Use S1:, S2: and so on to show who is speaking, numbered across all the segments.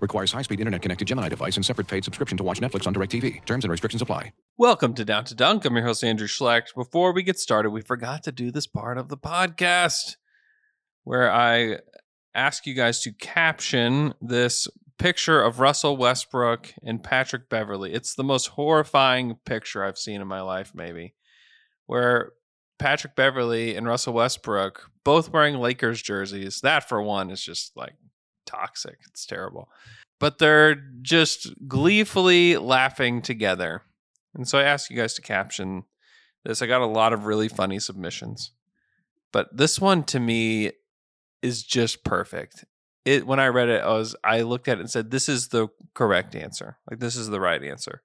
S1: Requires high speed internet connected Gemini device and separate paid subscription to watch Netflix on DirecTV. Terms and restrictions apply.
S2: Welcome to Down to Dunk. I'm your host, Andrew Schlecht. Before we get started, we forgot to do this part of the podcast where I ask you guys to caption this picture of Russell Westbrook and Patrick Beverly. It's the most horrifying picture I've seen in my life, maybe, where Patrick Beverly and Russell Westbrook both wearing Lakers jerseys. That, for one, is just like toxic. It's terrible. But they're just gleefully laughing together. And so I asked you guys to caption this. I got a lot of really funny submissions. But this one to me is just perfect. It when I read it, I was I looked at it and said, This is the correct answer. Like this is the right answer.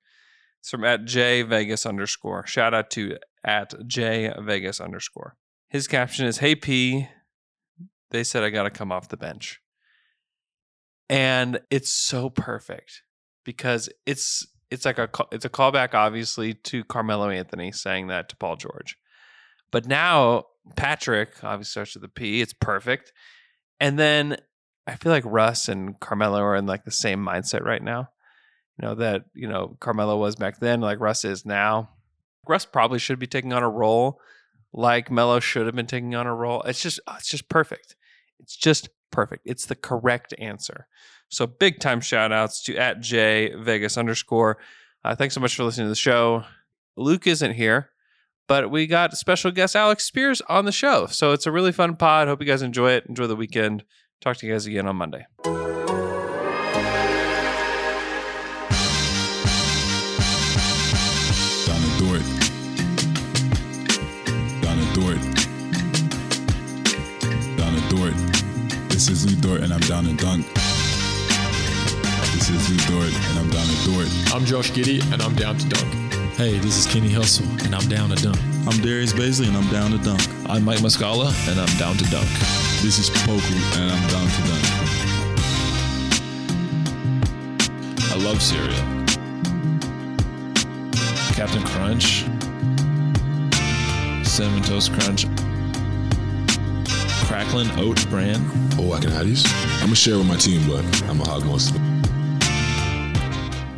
S2: It's from at J Vegas underscore. Shout out to at J Vegas underscore. His caption is Hey P, they said I gotta come off the bench. And it's so perfect because it's it's like a it's a callback obviously to Carmelo Anthony saying that to Paul George. But now Patrick obviously starts with the P, it's perfect. And then I feel like Russ and Carmelo are in like the same mindset right now. You know that, you know, Carmelo was back then, like Russ is now. Russ probably should be taking on a role like Melo should have been taking on a role. It's just it's just perfect. It's just perfect. It's the correct answer. So big time shout outs to at J Vegas underscore. Uh, thanks so much for listening to the show. Luke isn't here, but we got special guest Alex Spears on the show. So it's a really fun pod. Hope you guys enjoy it. Enjoy the weekend. Talk to you guys again on Monday.
S3: Donna Dort. Donna Dort. Donna Dort. This is Lou Dort and I'm down and dunk. This is Lou Dort and I'm down and Dort.
S4: I'm Josh Giddy, and I'm down to dunk.
S5: Hey, this is Kenny Hustle, and I'm down to dunk.
S3: I'm Darius Baisley and I'm down to dunk.
S5: I'm Mike Muscala, and I'm down to dunk.
S3: This is Poku and I'm down to dunk.
S5: I love cereal. Captain Crunch, Cinnamon Toast Crunch, Cracklin Oat Bran.
S3: Oh, I can have these? I'm gonna share with my team, but I'm gonna hog most of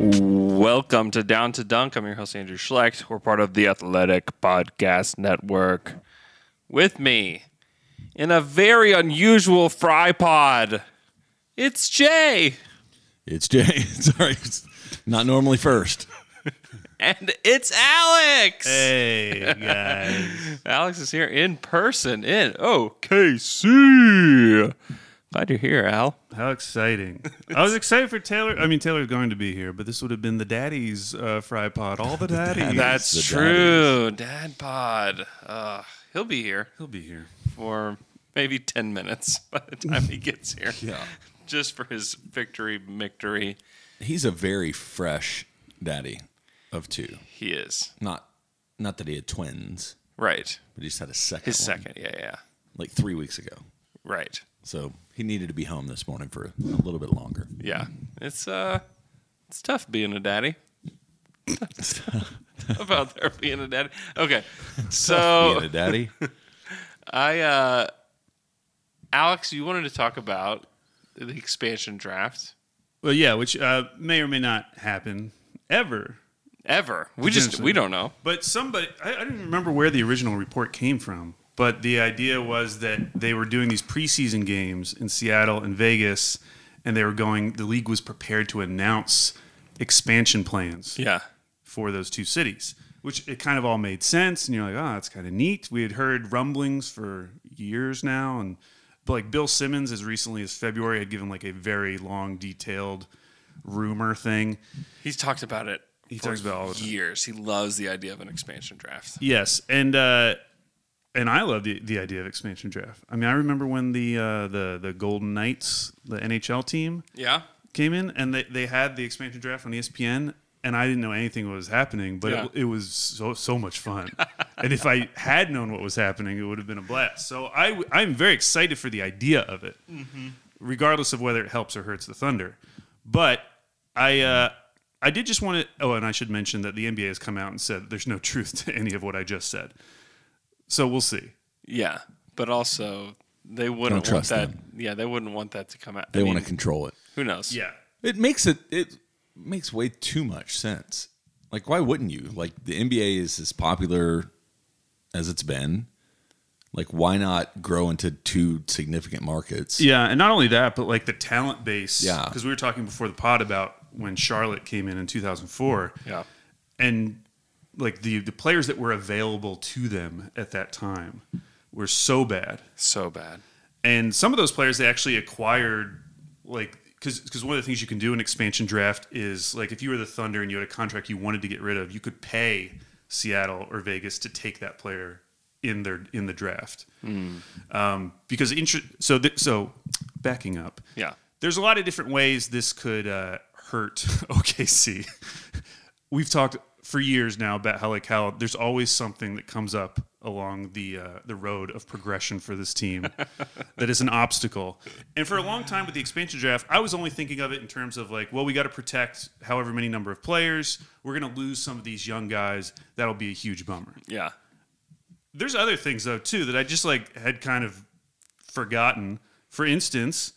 S3: it.
S2: Welcome to Down to Dunk. I'm your host, Andrew Schlecht. We're part of the Athletic Podcast Network. With me, in a very unusual fry pod, it's Jay
S6: It's Jay. Sorry, it's not normally first.
S2: and it's Alex.
S7: Hey guys.
S2: Alex is here in person in OKC. Glad you're here, Al.
S7: How exciting. I was excited for Taylor. I mean, Taylor's going to be here, but this would have been the daddy's uh, fry pod. All the daddies.
S2: That's
S6: the
S2: true. Dad Pod. Uh, he'll be here
S7: He'll be here.
S2: for maybe 10 minutes by the time he gets here.
S6: Yeah.
S2: Just for his victory, victory.
S6: He's a very fresh daddy of two.
S2: He is.
S6: Not not that he had twins,
S2: Right.
S6: but he just had a second.
S2: His
S6: one,
S2: second. Yeah, yeah.
S6: Like three weeks ago.
S2: Right.
S6: So he needed to be home this morning for a little bit longer.
S2: Yeah. It's uh it's tough being a daddy. About there being a daddy. Okay.
S7: Oh.
S2: So
S6: Being a daddy.
S2: I, uh, Alex, you wanted to talk about the expansion draft
S7: Well, yeah, which uh, may or may not happen ever.
S2: ever. We just,
S7: Potentially.
S2: we don't know.
S7: But somebody, I, I don't even remember where the original report came from, but the idea was that they were doing these preseason games in Seattle and Vegas, and they were going, the league was prepared to announce expansion plans.
S2: Yeah.
S7: for those two cities, which it kind of all made sense. And you're like, oh, that's kind of neat. We had heard rumblings for years now. And but like Bill Simmons, as recently as February, had given like a very long, detailed rumor thing.
S2: He's talked about it. He
S7: talks about it all the time.
S2: years. He loves the idea of an expansion draft.
S7: Yes. And, uh, and I love the, the idea of expansion draft. I mean, I remember when the uh, the the Golden Knights, the NHL team,
S2: Yeah.
S7: came in and they, they had the expansion draft on E ESPN and I didn't know anything was happening, but it, it was so so much fun. and if I had known what was happening, it would have been a blast. So I w- I'm very excited for the idea of it, regardless of whether it helps or hurts the Thunder. But I uh, I did just want to. Oh, and I should mention that the NBA has come out and said there's no truth to any of what I just said. So we'll see.
S2: Yeah, but also they wouldn't
S6: trust
S2: want that. Yeah, they wouldn't want that to come out.
S6: They want to
S2: to.
S6: control it.
S2: Who knows?
S7: Yeah.
S6: It makes it it makes way too much sense. Like why wouldn't you? Like the NBA is as popular as it's been. Like why not grow into two significant markets?
S7: Yeah, and not only that, but like the talent base.
S6: Yeah.
S7: Because we were talking before the pod about when Charlotte came in in 2004.
S2: Yeah.
S7: And like the the players that were available to them at that time were so bad,
S2: So bad.
S7: and some of those players they actually acquired like. Because one of the things you can do in expansion draft is like if you were the Thunder and you had a contract you wanted to get rid of, you could pay Seattle or Vegas to take that player in their in the draft. Um, because inter- so th- so backing up,
S2: Yeah.
S7: there's a lot of different ways this could uh, hurt OKC. We've talked for years now about how like how there's always something that comes up along the uh, the road of progression for this team that is an obstacle. And for a long time with the expansion draft, I was only thinking of it in terms of like, well, we got to protect however many number of players. We're going to lose some of these young guys. That'll be a huge bummer
S2: Yeah.
S7: there's other things though too that I just like had kind of forgotten. For instance,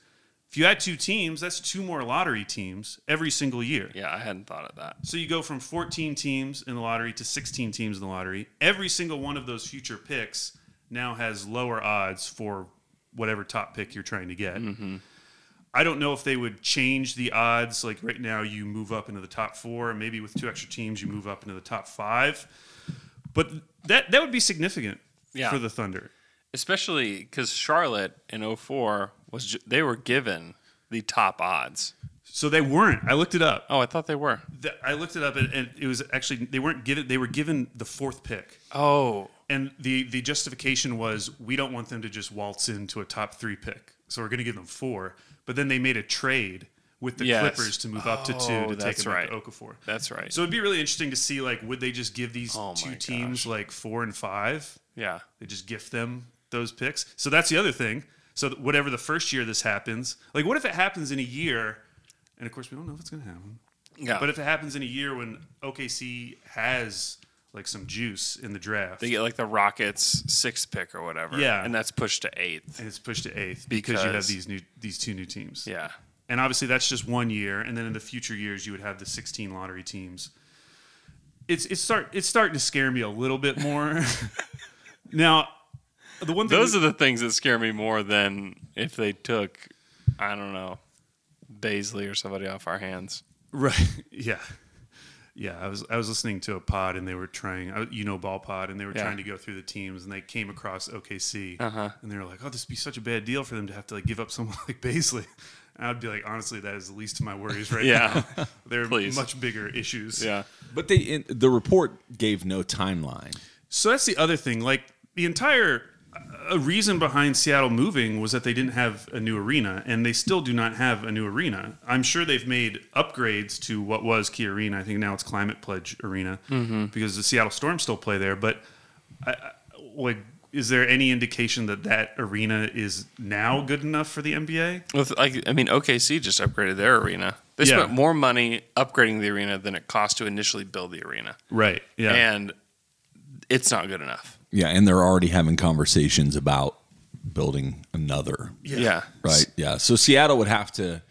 S7: if you had two teams, that's two more lottery teams every single year.
S2: Yeah. I hadn't thought of that.
S7: So you go from 14 teams in the lottery to 16 teams in the lottery. Every single one of those future picks now has lower odds for whatever top pick you're trying to get. I don't know if they would change the odds. Like right now, you move up into the top four, and maybe with two extra teams, you move up into the top five. But that that would be significant
S2: Yeah.
S7: for the Thunder.
S2: Especially because Charlotte in 04 was ju- they were given the top odds.
S7: So they weren't. I looked it up.
S2: Oh, I thought they were.
S7: The- I looked it up, and, and it was actually they weren't given. They were given the fourth pick.
S2: Oh.
S7: and the the justification was we don't want them to just waltz into a top three pick, so we're going to give them four. But then they made a trade with the
S2: Yes.
S7: Clippers to move up to two
S2: Oh,
S7: to take
S2: that's
S7: them
S2: right.
S7: to Okafor.
S2: That's right.
S7: So it'd be really interesting to see like would they just give these
S2: Oh
S7: two
S2: my
S7: teams like four and five?
S2: Yeah.
S7: They just gift them those picks. So that's the other thing. So that whatever the first year this happens, like what if it happens in a year? And of course, we don't know if it's going to happen.
S2: Yeah.
S7: But if it happens in a year when OKC has like some juice in the draft,
S2: they get like the Rockets sixth pick or whatever.
S7: Yeah.
S2: And that's pushed to eighth.
S7: and it's pushed to eighth because, you have
S2: Because-
S7: these new these two new teams.
S2: Yeah.
S7: And obviously that's just one year, and then in the future years you would have the sixteen lottery teams. It's it's start it's starting to scare me a little bit more. now the one thing
S2: Those are the things that scare me more than if they took, I don't know, Baisley or somebody off our hands.
S7: Right. Yeah. Yeah. I was I was listening to a pod and they were trying I- you know ball pod and they were
S2: Yeah. Uh-huh.
S7: trying to go through the teams and they came across OKC and they were like, oh, this would be such a bad deal for them to have to like give up someone like Baisley. And I'd be like, honestly, that is the least of my worries right
S2: Yeah.
S7: now. There are
S2: Please.
S7: much bigger issues.
S2: Yeah.
S6: But they in, the report gave no timeline.
S7: So that's the other thing. Like the entire a reason behind Seattle moving was that they didn't have a new arena, and they still do not have a new arena. I'm sure they've made upgrades to what was Key Arena. I think now it's Climate Pledge Arena because the Seattle Storm still play there. But I, I, like, is there any indication that that arena is now good enough for the NBA?
S2: With, like, I mean, OKC just upgraded their arena. They
S7: Yeah.
S2: spent more money upgrading the arena than it cost to initially build the arena.
S7: Right. Yeah.
S2: And it's not good enough.
S6: Yeah, and they're already having conversations about building another.
S2: Yeah.
S6: Right. Yeah. So Seattle would have to,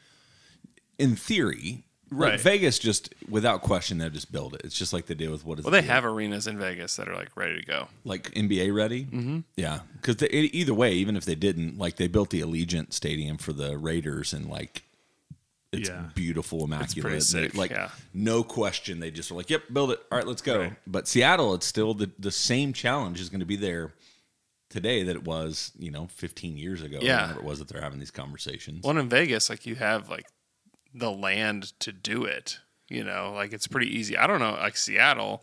S6: in theory, like,
S7: Right.
S6: Vegas just without question they'll just build it. It's just like they did with what is
S2: Well,
S6: it,
S2: they have arenas in Vegas that are like ready to go.
S6: like NBA ready. Mm-hmm. Yeah, because either way, even if they didn't, like they built the Allegiant Stadium for the Raiders and like. It's
S7: Yeah.
S6: beautiful, immaculate.
S2: sick,
S6: They- like
S2: yeah.
S6: no question, they just were like, "Yep, build it. All right, let's go." But Seattle, it's still the the same challenge is going to be there today that it was, you know, 15 years ago. or
S2: Yeah.
S6: whenever it was that they're having these conversations.
S2: One in Vegas, like you have like the land to do it. You know, like it's pretty easy. I don't know, like Seattle.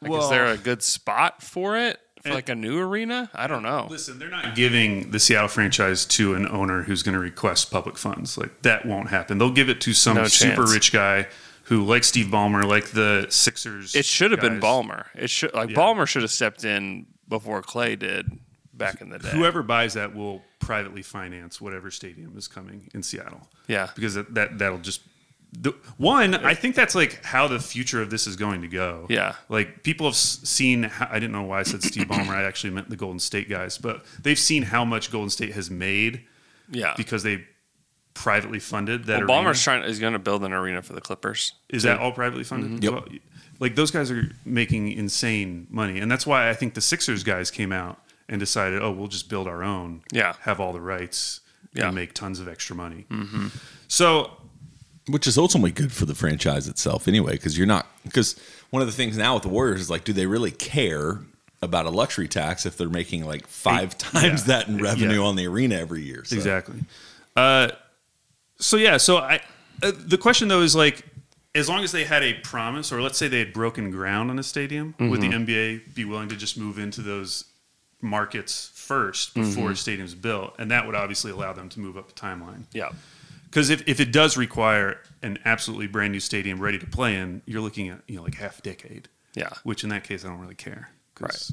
S2: Like, is
S7: Well-
S2: there a good spot for it? For like a new arena? I don't know.
S7: Listen, they're not giving the Seattle franchise to an owner who's going to request public funds. Like that won't happen. They'll give it to some
S2: No
S7: super
S2: chance.
S7: rich guy who, like Steve Ballmer, like the Sixers.
S2: It should have been
S7: guys,
S2: Ballmer. It should like
S7: Yeah.
S2: Ballmer should have stepped in before Clay did back in the day.
S7: Whoever buys that will privately finance whatever stadium is coming in Seattle.
S2: Yeah.
S7: because that, that that'll just the, one. I think that's like how the future of this is going to go.
S2: Yeah.
S7: like people have s- seen. How, I didn't know why I said Steve Ballmer. I actually meant the Golden State guys, but they've seen how much Golden State has made.
S2: Yeah.
S7: because they privately funded
S2: well,
S7: that. arena.
S2: Ballmer's trying is going to build an arena for the Clippers.
S7: Is that all privately funded?
S2: Yep.
S7: Well, like those guys are making insane money, and that's why I think the Sixers guys came out and decided, oh, we'll just build our own.
S2: Yeah.
S7: have all the rights
S2: Yeah. Mm-hmm.
S7: and make tons of extra money. So
S6: which is ultimately good for the franchise itself anyway because you're not because one of the things now with the warriors is like do they really care about a luxury tax if they're making like five times that in revenue on the arena every year so.
S7: exactly. Uh, so yeah, so I uh, the question though is like, as long as they had a promise, or let's say they had broken ground on a stadium, would
S6: Mm-hmm.
S7: the
S2: Mhm.
S7: NBA be willing to just move into those markets first before
S6: Mm-hmm.
S7: a stadium's built, and that would obviously allow them to move up the timeline.
S2: Yeah.
S7: Because if, if it does require an absolutely brand new stadium ready to play in, you're looking at you know like half decade.
S2: Yeah.
S7: Which in that case, I don't really care. 'cause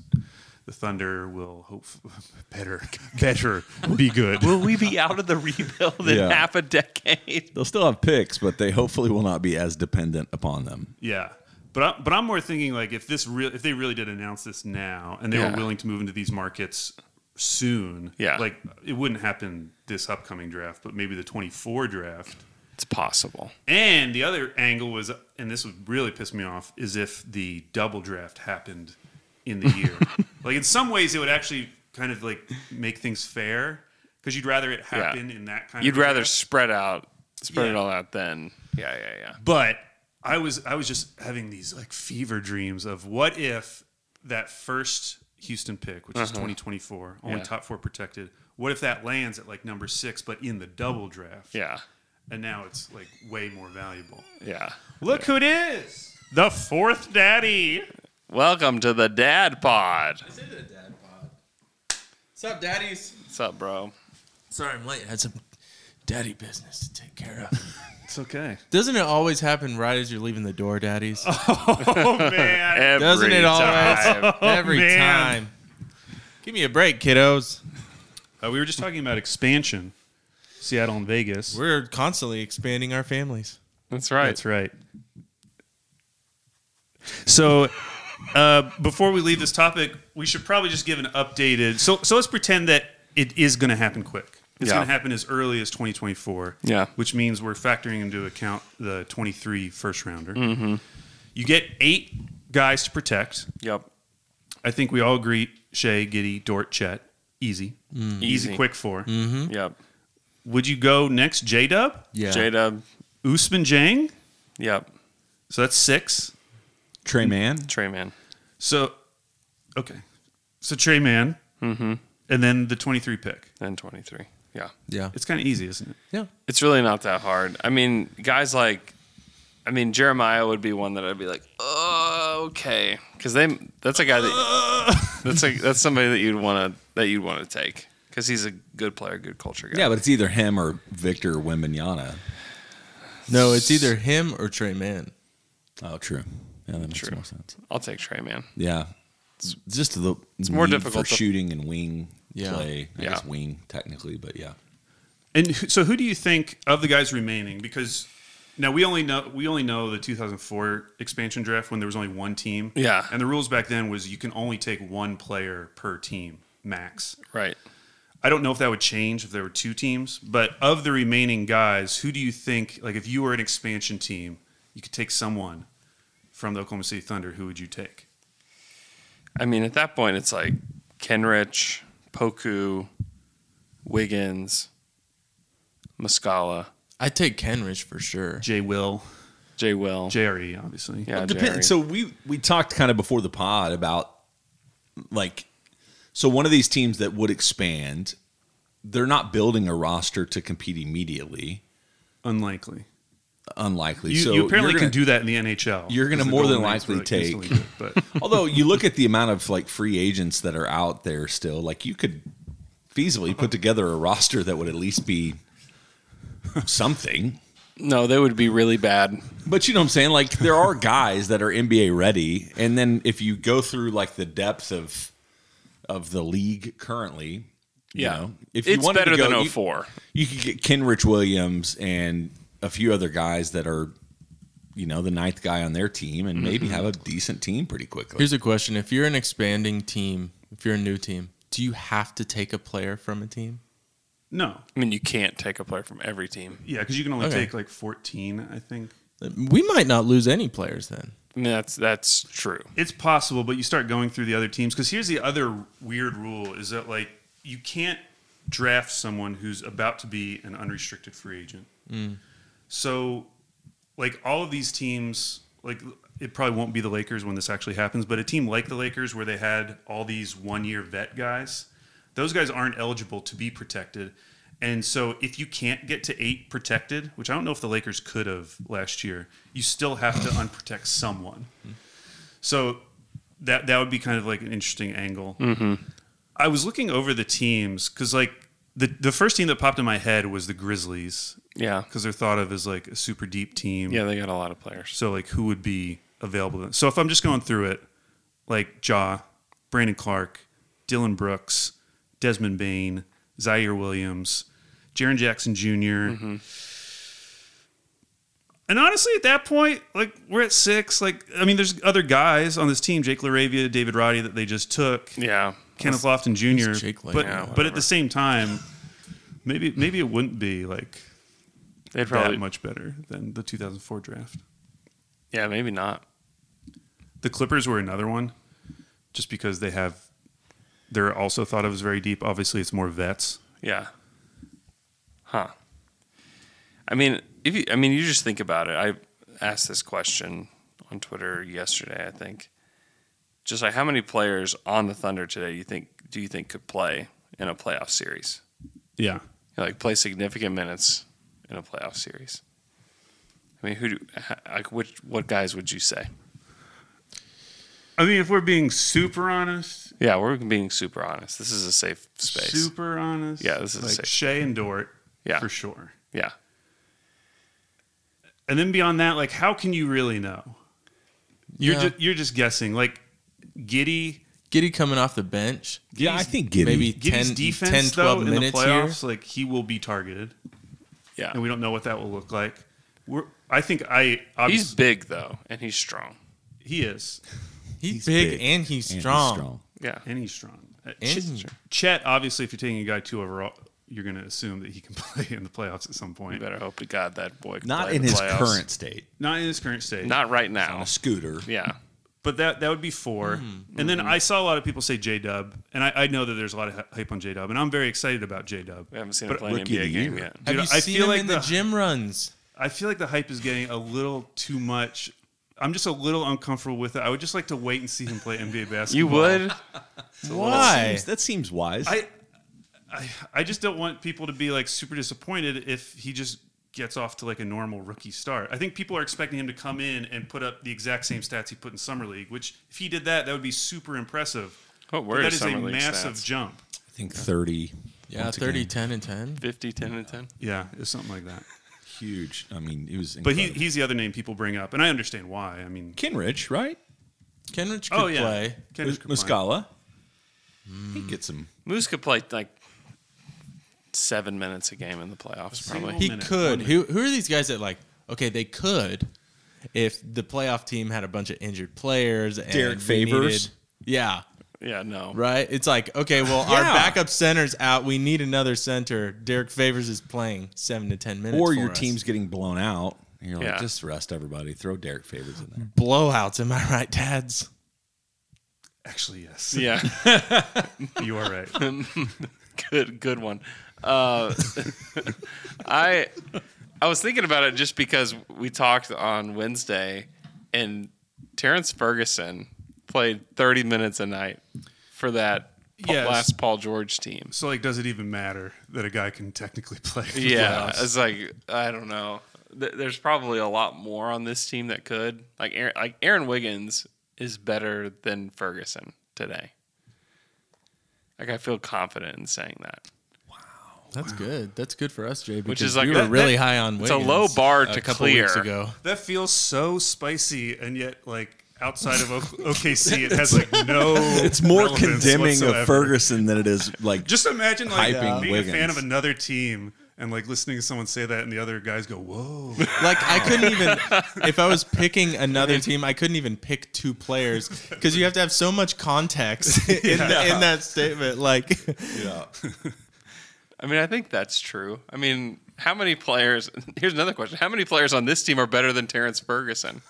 S7: The Thunder will hope better better be good.
S2: Will we be out of the rebuild in
S6: Yeah.
S2: half a decade?
S6: they'll still have picks but they hopefully will not be as dependent upon them
S7: Yeah, but I, but I'm more thinking like if this real if they really did announce this now and they
S6: Yeah.
S7: were willing to move into these markets soon.
S2: Yeah.
S7: like it wouldn't happen this upcoming draft, but maybe the 24 draft.
S2: It's possible.
S7: And the other angle was, and this would really piss me off, is if the double draft happened in the year. like in some ways, it would actually kind of like make things fair because you'd rather it
S2: Yeah.
S7: happen in that kind.
S2: You'd
S7: of
S2: rather
S7: draft.
S2: spread out, spread it
S7: Yeah.
S2: all out then. Yeah, yeah, yeah.
S7: But I was I was just having these like fever dreams of what if that first Houston pick, which is
S2: Uh-huh.
S7: 2024, only
S2: Yeah.
S7: top four protected. What if that lands at like number six, but in the double draft?
S2: Yeah.
S7: And now it's like way more valuable.
S2: Yeah.
S7: Look who it is. The fourth daddy.
S2: Welcome to the Dad Pod.
S5: What's up, daddies?
S2: What's up, bro?
S5: Sorry, I'm late. I had some daddy business to take care of.
S7: It's okay.
S5: Doesn't it always happen right as you're leaving the door, daddies?
S7: Oh man. Every
S5: Doesn't it always?
S7: time.
S5: Every
S7: Oh, man.
S5: time. Give me a break, kiddos.
S7: Uh, we were just talking about expansion. Seattle and Vegas.
S5: We're constantly expanding our families.
S2: That's right.
S7: That's right. So, uh, before we leave this topic, we should probably just give an updated. So, so let's pretend that it is going to happen quick. It's
S2: Yeah.
S7: going to happen as early as 2024.
S2: Yeah.
S7: Which means we're factoring into account the 23 first rounder.
S2: Mhm.
S7: You get eight guys to protect.
S2: Yep.
S7: I think we all agree Shea, Giddy, Dort, Chet. Easy.
S2: Mm.
S7: Easy,
S2: Easy.
S7: quick four.
S2: Mhm. Yep.
S7: Would you go next J Dub?
S2: Yeah. J-Dub.
S7: Usman Jang?
S2: Yep.
S7: So that's six.
S6: Trey Man.
S2: Trey Man.
S7: So, okay. So Trey Man,
S2: Mm-hmm.
S7: and then the 23 pick.
S2: And 23. Yeah.
S5: Yeah.
S7: It's kind of easy, isn't it?
S5: Yeah.
S2: It's really not that hard. I mean, guys like, I mean, Jeremiah would be one that I'd be like, oh, okay, because they that's a guy that that's a that's somebody that you'd want to that you'd want to take because he's a good player, good culture guy.
S6: yeah but it's either him or victor Wembanyama.
S5: No, it's either him or Trey Man.
S6: oh true yeah that makes
S2: True.
S6: more sense
S2: I'll take Trey Man.
S6: yeah it's just the
S2: It's more
S6: need
S2: difficult
S6: for
S2: to-
S6: shooting and wing
S2: Yeah.
S6: play i
S2: Yeah.
S6: guess wing technically but yeah
S7: And who- so, who do you think of the guys remaining? Because now we only know we only know the 2004 expansion draft when there was only one team.
S2: Yeah.
S7: and the rules back then was you can only take one player per team max.
S2: Right.
S7: I don't know if that would change if there were two teams, but of the remaining guys, who do you think? Like, if you were an expansion team, you could take someone from the Oklahoma City Thunder. Who would you take?
S2: I mean, at that point, it's like Kenrich, Poku, Wiggins, Muscala,
S5: I'd take Kenrich for sure.
S7: J Will.
S2: J Will,
S7: Jerry, obviously.
S2: Yeah,
S6: Well, depend-
S2: Jerry.
S6: So we we talked kind of before the pod about like so one of these teams that would expand, they're not building a roster to compete immediately.
S7: Unlikely.
S6: Unlikely.
S7: You,
S6: so
S7: you apparently
S6: you're
S7: can
S6: gonna-
S7: do that in the NHL.
S6: You're going to
S7: Because the
S6: more than
S7: Golden Knights
S6: likely
S7: really easily
S6: take.
S7: do it, but
S6: although you look at the amount of like free agents that are out there still, like you could feasibly put together a roster that would at least be something.
S2: No, they would be really bad.
S6: But you know what I'm saying? Like there are guys that are NBA ready, and then if you go through like the depth of of the league currently, you
S2: Yeah.
S6: know, if you
S2: It's
S6: wanted
S2: better
S6: to go,
S2: than
S6: you-
S2: 04.
S6: You, could get Kenrich Williams and a few other guys that are, you know, the ninth guy on their team, and maybe
S8: Mhm.
S6: have a decent team pretty quickly.
S5: Mm-hmm. Here's a question: If you're an expanding team, if you're a new team, do you have to take a player from a team?
S7: No.
S2: I mean, you can't take a player from every team.
S7: Yeah, because you can only
S5: Okay.
S7: take like 14, I think.
S5: We might not lose any players then.
S2: I mean, that's that's true.
S7: It's possible, but you start going through the other teams because here's the other weird rule: is that like you can't draft someone who's about to be an unrestricted free agent.
S5: Mm.
S7: So, like all of these teams, like it probably won't be the Lakers when this actually happens, but a team like the Lakers where they had all these one-year vet guys, those guys aren't eligible to be protected. And so, if you can't get to eight protected, which I don't know if the Lakers could have last year, you still have to unprotect someone. So that that would be kind of like an interesting angle.
S2: Mhm.
S7: I was looking over the teams because like the the first team that popped in my head was the Grizzlies.
S2: Yeah,
S7: because they're thought of as like a super deep team.
S2: Yeah, they got a lot of players.
S7: So like, who would be available? So if I'm just going through it, like Ja, Brandon Clark, Dylan Brooks, Desmond Bain, Zaire Williams, Jaron Jackson junior
S2: Mm-hmm.
S7: And honestly, at that point, like we're at six. Like, I mean, there's other guys on this team: Jake Laravia, David Roddy, that they just took.
S2: Yeah,
S7: Kenneth Lofton Jr.
S2: It's Jake Laravia,
S7: but
S2: yeah,
S7: but
S2: whatever.
S7: at the same time, maybe maybe it wouldn't be like
S2: They'd probably-
S7: that much better than the 2004 draft.
S2: Yeah, maybe not.
S7: The Clippers were another one, just because they have they're also thought of as very deep. Obviously, it's more vets.
S2: Yeah. Huh. I mean, if you, I mean, you just think about it. I asked this question on Twitter yesterday. I think just like how many players on the Thunder today you think do you think could play in a playoff series?
S7: Yeah.
S2: like play significant minutes in a playoff series. I mean, who do h- like which what guys would you say?
S7: I mean, if we're being super honest,
S2: Yeah, we're being super honest. This is a safe space.
S7: super honest,
S2: Yeah, this is
S7: like
S2: safe.
S7: Shea and Dort,
S2: Yeah.
S7: for sure.
S2: Yeah.
S7: And then beyond that, like, how can you really know? You're
S5: Yeah.
S7: ju- you're just guessing. Like, Giddy.
S5: Giddy coming off the bench.
S7: Yeah, I
S6: think
S7: Giddy.
S5: Maybe 10,
S7: Giddy's
S5: 10,
S7: defense
S5: 12
S7: though in the
S5: minutes here.
S7: playoffs, like he will be targeted.
S2: Yeah,
S7: and we don't know what that will look like. We're, I think I
S2: He's
S7: obviously
S2: big though, and he's strong.
S7: he is.
S5: He's, big, and he's strong.
S2: Yeah,
S7: and he's strong. Uh,
S5: And
S7: Chet-
S5: he's strong.
S7: Chet, obviously, if you're taking a guy two overall, you're going to assume that he can play in the playoffs at some point.
S2: You better hope to God that boy can
S6: Not
S2: play
S6: in
S2: the
S6: his
S2: playoffs.
S6: current state.
S7: Not in his current state.
S2: Not right now.
S6: on a scooter.
S2: Yeah.
S7: But that that would be four.
S5: Hmm.
S7: And
S5: Mm-hmm.
S7: then I saw a lot of people say J Dub, and I, I know that there's a lot of hy- hype on J Dub, and I'm very excited about J Dub.
S2: We haven't seen him play an Rookie of NBA the game year. yet.
S5: Have you
S7: I
S5: seen
S7: feel
S5: him
S7: like
S5: in the gym runs?
S7: I feel like the hype is getting a little too much. I'm just a little uncomfortable with it. I would just like to wait and see him play NBA basketball.
S2: would?
S7: It's a little-
S6: That seems, that seems wise.
S7: I, I I just don't want people to be like super disappointed if he just gets off to like a normal rookie start. I think people are expecting him to come in and put up the exact same stats he put in summer league, which if he did that, that would be super impressive.
S2: What were
S7: But that
S2: his
S7: is
S2: summer
S7: a
S2: league
S7: massive
S2: stats?
S7: jump.
S6: I think thirty.
S5: Yeah,
S6: once
S5: 30,
S6: again.
S5: 10, and 10.
S2: 50, 10, and 10.
S7: Yeah, it's something like that.
S6: Huge. I mean, it was.
S7: But he,
S6: incredible.
S7: he's the other name people bring up, and I understand why. I mean,
S6: Kenrich, right?
S5: Kenrich
S7: Oh, could yeah. play. Kenrich could play.
S6: Muscala. He
S5: Mm.
S6: gets him.
S2: Moose could play like seven minutes a game in the playoffs, probably.
S5: He could. Who, who are these guys that like? Okay, they could if the playoff team had a bunch of injured players. And
S6: Derek
S5: we
S6: Favors?
S5: needed- yeah.
S2: Yeah. No.
S5: Right. It's like okay, well, our
S2: Yeah.
S5: backup center's out. We need another center. Derek Favors is playing seven to ten minutes.
S6: Or
S5: for
S6: your
S5: us.
S6: team's getting blown out. And you're
S5: Yeah.
S6: like, just rest everybody. Throw Derek Favors in there.
S5: blowouts. Am I right, Dads?
S7: Actually, yes.
S2: Yeah.
S7: you are right.
S2: good, good one. Uh, I I was thinking about it just because we talked on Wednesday, and Terrence Ferguson played 30 minutes a night for that pa-
S7: Yes.
S2: last Paul George team.
S7: So like, does it even matter that a guy can technically play? in the
S2: Yeah,
S7: playoffs?
S2: it's like I don't know. Th- There's probably a lot more on this team that could like Aaron, like Aaron Wiggins is better than Ferguson today. Like I feel confident in saying that. Wow.
S5: That's good. That's good for us, Jay.
S2: Which
S5: because
S2: is like
S5: we were
S2: that-
S5: really
S2: that-
S5: high on.
S2: it's a
S5: Wiggins
S2: low bar to
S5: couple
S2: clear.
S5: Weeks ago.
S7: That feels so spicy, and yet like outside of O- OKC, it has like no.
S6: It's more
S7: relevance
S6: condemning
S7: whatsoever.
S6: of Ferguson than it is like.
S7: Just imagine like
S6: hyping
S7: being
S6: Wiggins.
S7: a fan of another team and like listening to someone say that, and the other guys go, "Whoa!"
S5: Like I couldn't even if I was picking another team, I couldn't even pick two players because you have to have so much context in, the,
S2: Yeah.
S5: in that statement. Like,
S6: yeah.
S2: I mean, I think that's true. I mean, how many players? Here's another question: How many players on this team are better than Terrence Ferguson?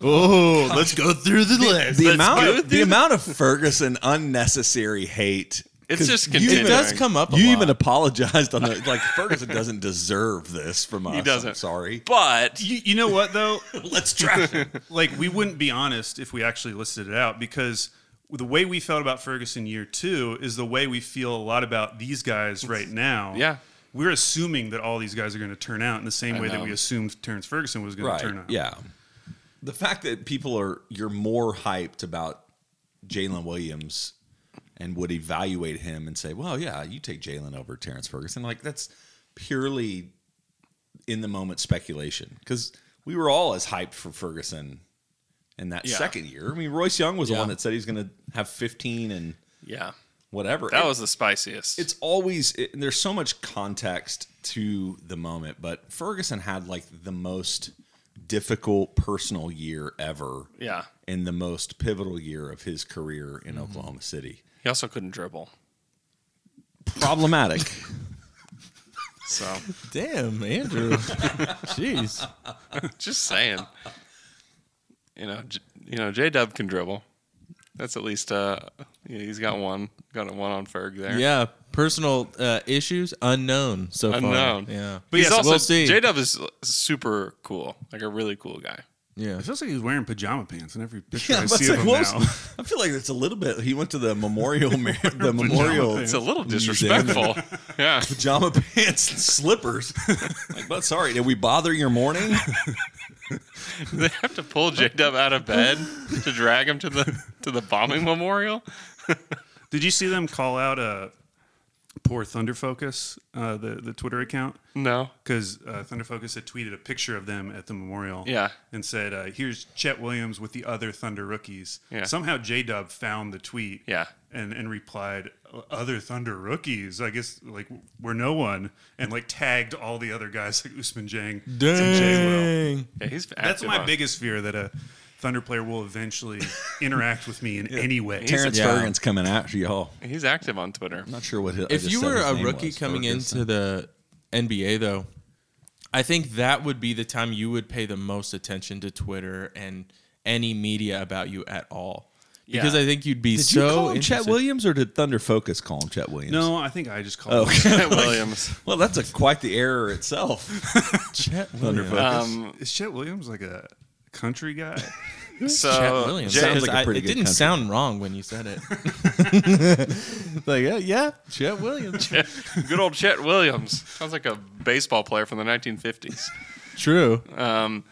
S5: Oh, let's go through the list.
S6: The
S5: Let's
S6: amount,
S5: go
S6: of, the amount of Ferguson unnecessary hate.
S5: It's
S6: 'cause
S5: just
S6: you
S5: continuing.
S6: even-
S5: It does come up a
S6: you
S5: lot.
S6: even apologized on the like Ferguson doesn't deserve this from us.
S7: He doesn't.
S6: I'm sorry,
S2: but
S7: you, you know what though?
S6: Let's trash him.
S7: Like we wouldn't be honest if we actually listed it out because the way we felt about Ferguson year two is the way we feel a lot about these guys right now.
S2: Yeah.
S7: We're assuming that all these guys are going to turn out in the same
S6: I
S7: way that
S6: know.
S7: we assumed Terrence Ferguson was going
S6: right?
S7: to turn out.
S6: Yeah. The fact that people are you're more hyped about Jalen Williams and would evaluate him and say, "Well, yeah, you take Jalen over Terrence Ferguson," like that's purely in the moment speculation because we were all as hyped for Ferguson in that
S2: Yeah.
S6: second year. I mean, Royce Young was the
S2: Yeah.
S6: one that said he's going to have 15 and
S2: Yeah.
S6: whatever.
S2: That
S6: It-
S2: was the spiciest.
S6: It's always it, there's so much context to the moment, but Ferguson had like the most difficult personal year ever.
S2: Yeah.
S6: and the most pivotal year of his career in
S7: Mm-hmm.
S6: Oklahoma City.
S2: He also couldn't dribble.
S6: Problematic.
S2: So
S5: Damn, Andrew. Jeez.
S2: Just saying. You know, J- you know, J Dub can dribble. That's at least uh, yeah, he's got one, got a one on Ferg there.
S5: Yeah, personal uh, issues unknown so far.
S2: unknown.
S5: Yeah,
S2: but he's also
S5: we'll see.
S2: J Dub is super cool, like a really cool guy.
S5: Yeah.
S7: It feels like he's wearing pajama pants in every picture
S6: Yeah,
S7: I
S6: but
S7: see
S6: it's
S7: of
S6: like,
S7: him
S6: what was-
S7: now.
S6: I feel like it's a little bit. He went to the memorial. ma- the memorial.
S2: It's a little
S6: museum.
S2: disrespectful. yeah,
S6: pajama pants and slippers. like, but sorry, did we bother your morning?
S2: they have to pull J Dub out of bed to drag him to the to the bombing memorial.
S7: Did you see them call out uh, poor Thunder Focus, uh, the the Twitter account?
S2: No,
S7: because uh, Thunder Focus had tweeted a picture of them at the memorial.
S2: Yeah.
S7: and said, uh, "Here's Chet Williams with the other Thunder rookies."
S2: Yeah.
S7: Somehow J Dub found the tweet.
S2: Yeah.
S7: and and replied, "Other Thunder rookies." I guess like we're no one, and like tagged all the other guys like Usman Jang. and Jay Will.
S5: Dang. Yeah,
S2: he's
S7: that's
S2: active
S7: my
S2: on-
S7: biggest fear that a Thunder player will eventually interact with me in any way.
S6: Terrence Ferguson's coming after y'all.
S2: he's active on Twitter.
S6: I'm not sure what.
S5: if you were a rookie coming into the NBA, though, I think that would be the time you would pay the most attention to Twitter and any media about you at all, because I think you'd be
S6: Did you
S5: so
S6: call him Chet
S5: interested.
S6: Williams or did Thunder Focus call him Chet Williams?
S7: No, I think I just called
S6: Oh,
S7: him
S6: okay.
S7: Chet
S6: Like,
S7: Williams.
S6: well, that's a quite the error itself.
S5: Chet
S6: Thunder Focus.
S7: Is Chet Williams like a country guy?
S2: So
S5: Chet Williams.
S2: Jay-
S5: Because I- it didn't sound wrong when you said it. like yeah, yeah, Chet Williams.
S2: Good old Chet Williams sounds like a baseball player from the 1950s.
S5: True.
S2: Um,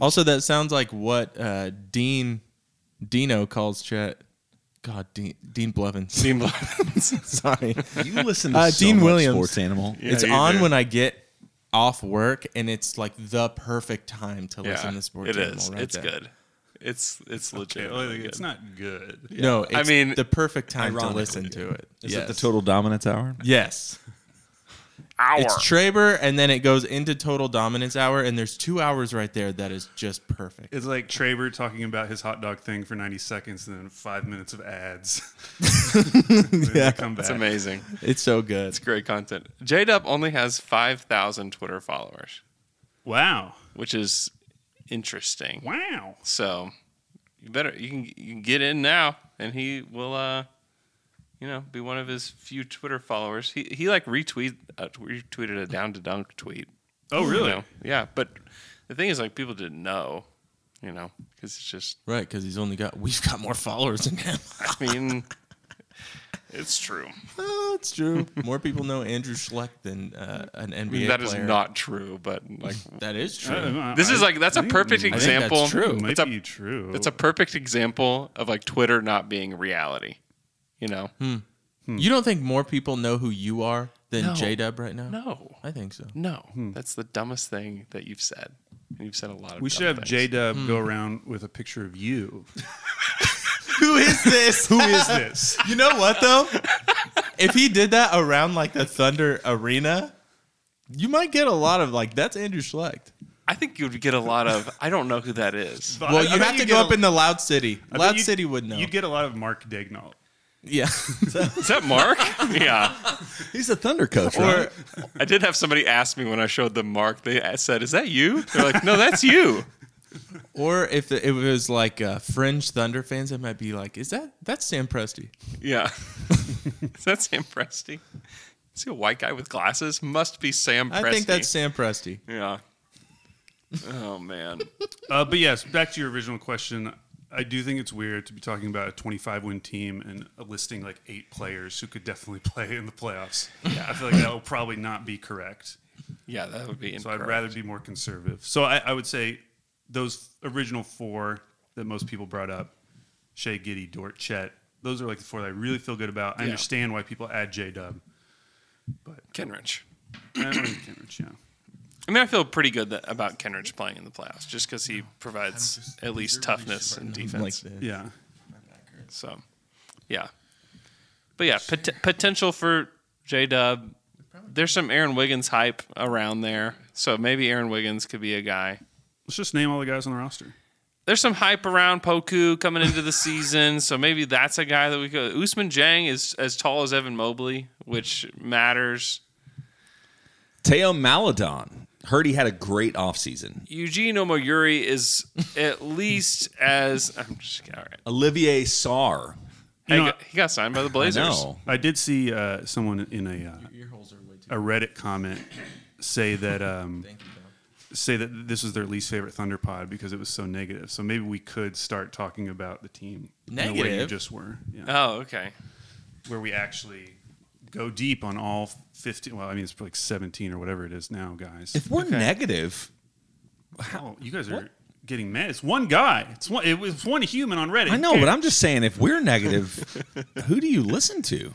S5: Also, that sounds like what uh, Dean Dino calls Chet. God, Dean, Dean Blevins.
S2: Dean Blevins.
S5: Sorry.
S6: You listen to so much Sports Animal. Yeah,
S5: it's
S6: you
S5: on
S6: do.
S5: when I get off work, and it's like the perfect time to
S2: yeah,
S5: listen to Sports
S2: it
S5: Animal.
S2: is.
S5: right
S2: it's
S5: there.
S2: good. It's it's legit.
S7: well, it's not good.
S5: No, it's
S2: I mean
S5: the perfect time to
S2: ironically,
S5: listen to it.
S6: Is
S5: yes.
S6: it the Total Dominance Hour?
S5: Yes.
S2: hour.
S5: It's Traber, and then it goes into Total Dominance Hour, and there's two hours right there that is just perfect.
S7: It's like Traber talking about his hot dog thing for 90 seconds and then five minutes of ads. yeah. come back.
S2: It's amazing.
S5: It's so good. It's
S2: great content. J Dub only has five thousand Twitter followers.
S7: Wow.
S2: Which is interesting.
S7: Wow.
S2: So you better you can you can get in now, and he will uh, you know, be one of his few Twitter followers. He he like retweet uh, retweeted a down to dunk tweet.
S7: Oh,
S2: You
S7: really?
S2: know, Yeah, but the thing is, like people didn't know, you know, because it's just
S5: Right, because he's only got we've got more followers than him.
S2: I mean, it's true.
S5: Oh, it's true. More people know Andrew Schleck than uh, an NBA.
S2: I mean, that is
S5: player.
S2: not true, but like
S5: that is true.
S2: this is like that's a perfect
S5: I think that's
S2: example.
S5: true.
S2: It's
S7: Might be
S2: a,
S7: true.
S2: It's a perfect example of like Twitter not being reality. You know,
S5: Hmm. You don't think more people know who you are than
S2: No.
S5: J Dub right now?
S2: No.
S5: I think so.
S2: No, that's the dumbest thing that you've said. And you've said a lot of
S7: We should
S2: dumb
S7: have
S2: things.
S7: J Dub go
S5: Hmm.
S7: around with a picture of you.
S5: Who is this?
S7: Who is this?
S5: You know what though? if he did that around like the Thunder Arena, you might get a lot of like that's Andrew Schlecht.
S2: I think you would get a lot of, I don't know who that is.
S5: Well, you have to go up in the loud city.
S7: I bet
S5: Loud
S7: you'd-
S5: city would know.
S7: You'd get a lot of Mark Dagnall.
S5: yeah.
S2: Is that Mark? yeah.
S6: He's a Thunder coach,
S2: Or I did have somebody ask me when I showed them Mark. They said, "Is that you?" They're like, "No, that's you."
S5: Or if it was like uh, fringe Thunder fans, it might be like, is that that's Sam Presti?
S2: Yeah. Is that Sam Presti? Is he a white guy with glasses? Must be Sam Presti.
S5: I think that's Sam Presti.
S2: Yeah. Oh man.
S7: Uh, but yes, back to your original question. I do think it's weird to be talking about a 25 win team and listing like eight players who could definitely play in the playoffs. I feel like that will probably not be correct.
S2: Yeah, that would be
S7: So
S2: incorrect.
S7: I'd rather be more conservative. So I, I would say those original four that most people brought up Shea Giddy, Dort, Chet, those are like the four that I really feel good about. I
S2: Yeah.
S7: understand why people add J Dub.
S2: Kenrich.
S7: yeah.
S2: I mean, I feel pretty good that, about Kenrich playing in the playoffs, just because he provides at least toughness and defense.
S5: that.
S7: Yeah.
S2: So, yeah. But yeah, pot- potential for J Dub. There's some Aaron Wiggins hype around there, so maybe Aaron Wiggins could be a guy.
S7: Let's just name all the guys on the roster.
S2: There's some hype around Poku coming into the season, so maybe that's a guy that we could. Usman Jang is as tall as Evan Mobley, which matters.
S6: Teo Maladon. Heard he had a great offseason.
S2: Eugene Omoyuri is at least as I'm just all right.
S6: Olivier Saar.
S2: He, got, he got signed by the Blazers.
S7: I did see uh, someone in a uh, a Reddit comment say that um, say that this was their least favorite Thunder pod because it was so negative. So maybe we could start talking about the team in the way you
S2: Negative?
S7: just were. Yeah.
S2: Oh, okay.
S7: Where we actually go deep on all fifteen. Well, I mean it's like seventeen or whatever it is now, guys.
S6: If we're negative,
S7: oh, you guys are getting mad. It's one guy. It's one. It was one human on Reddit.
S6: I know, but I'm just saying if we're negative, who do you listen to?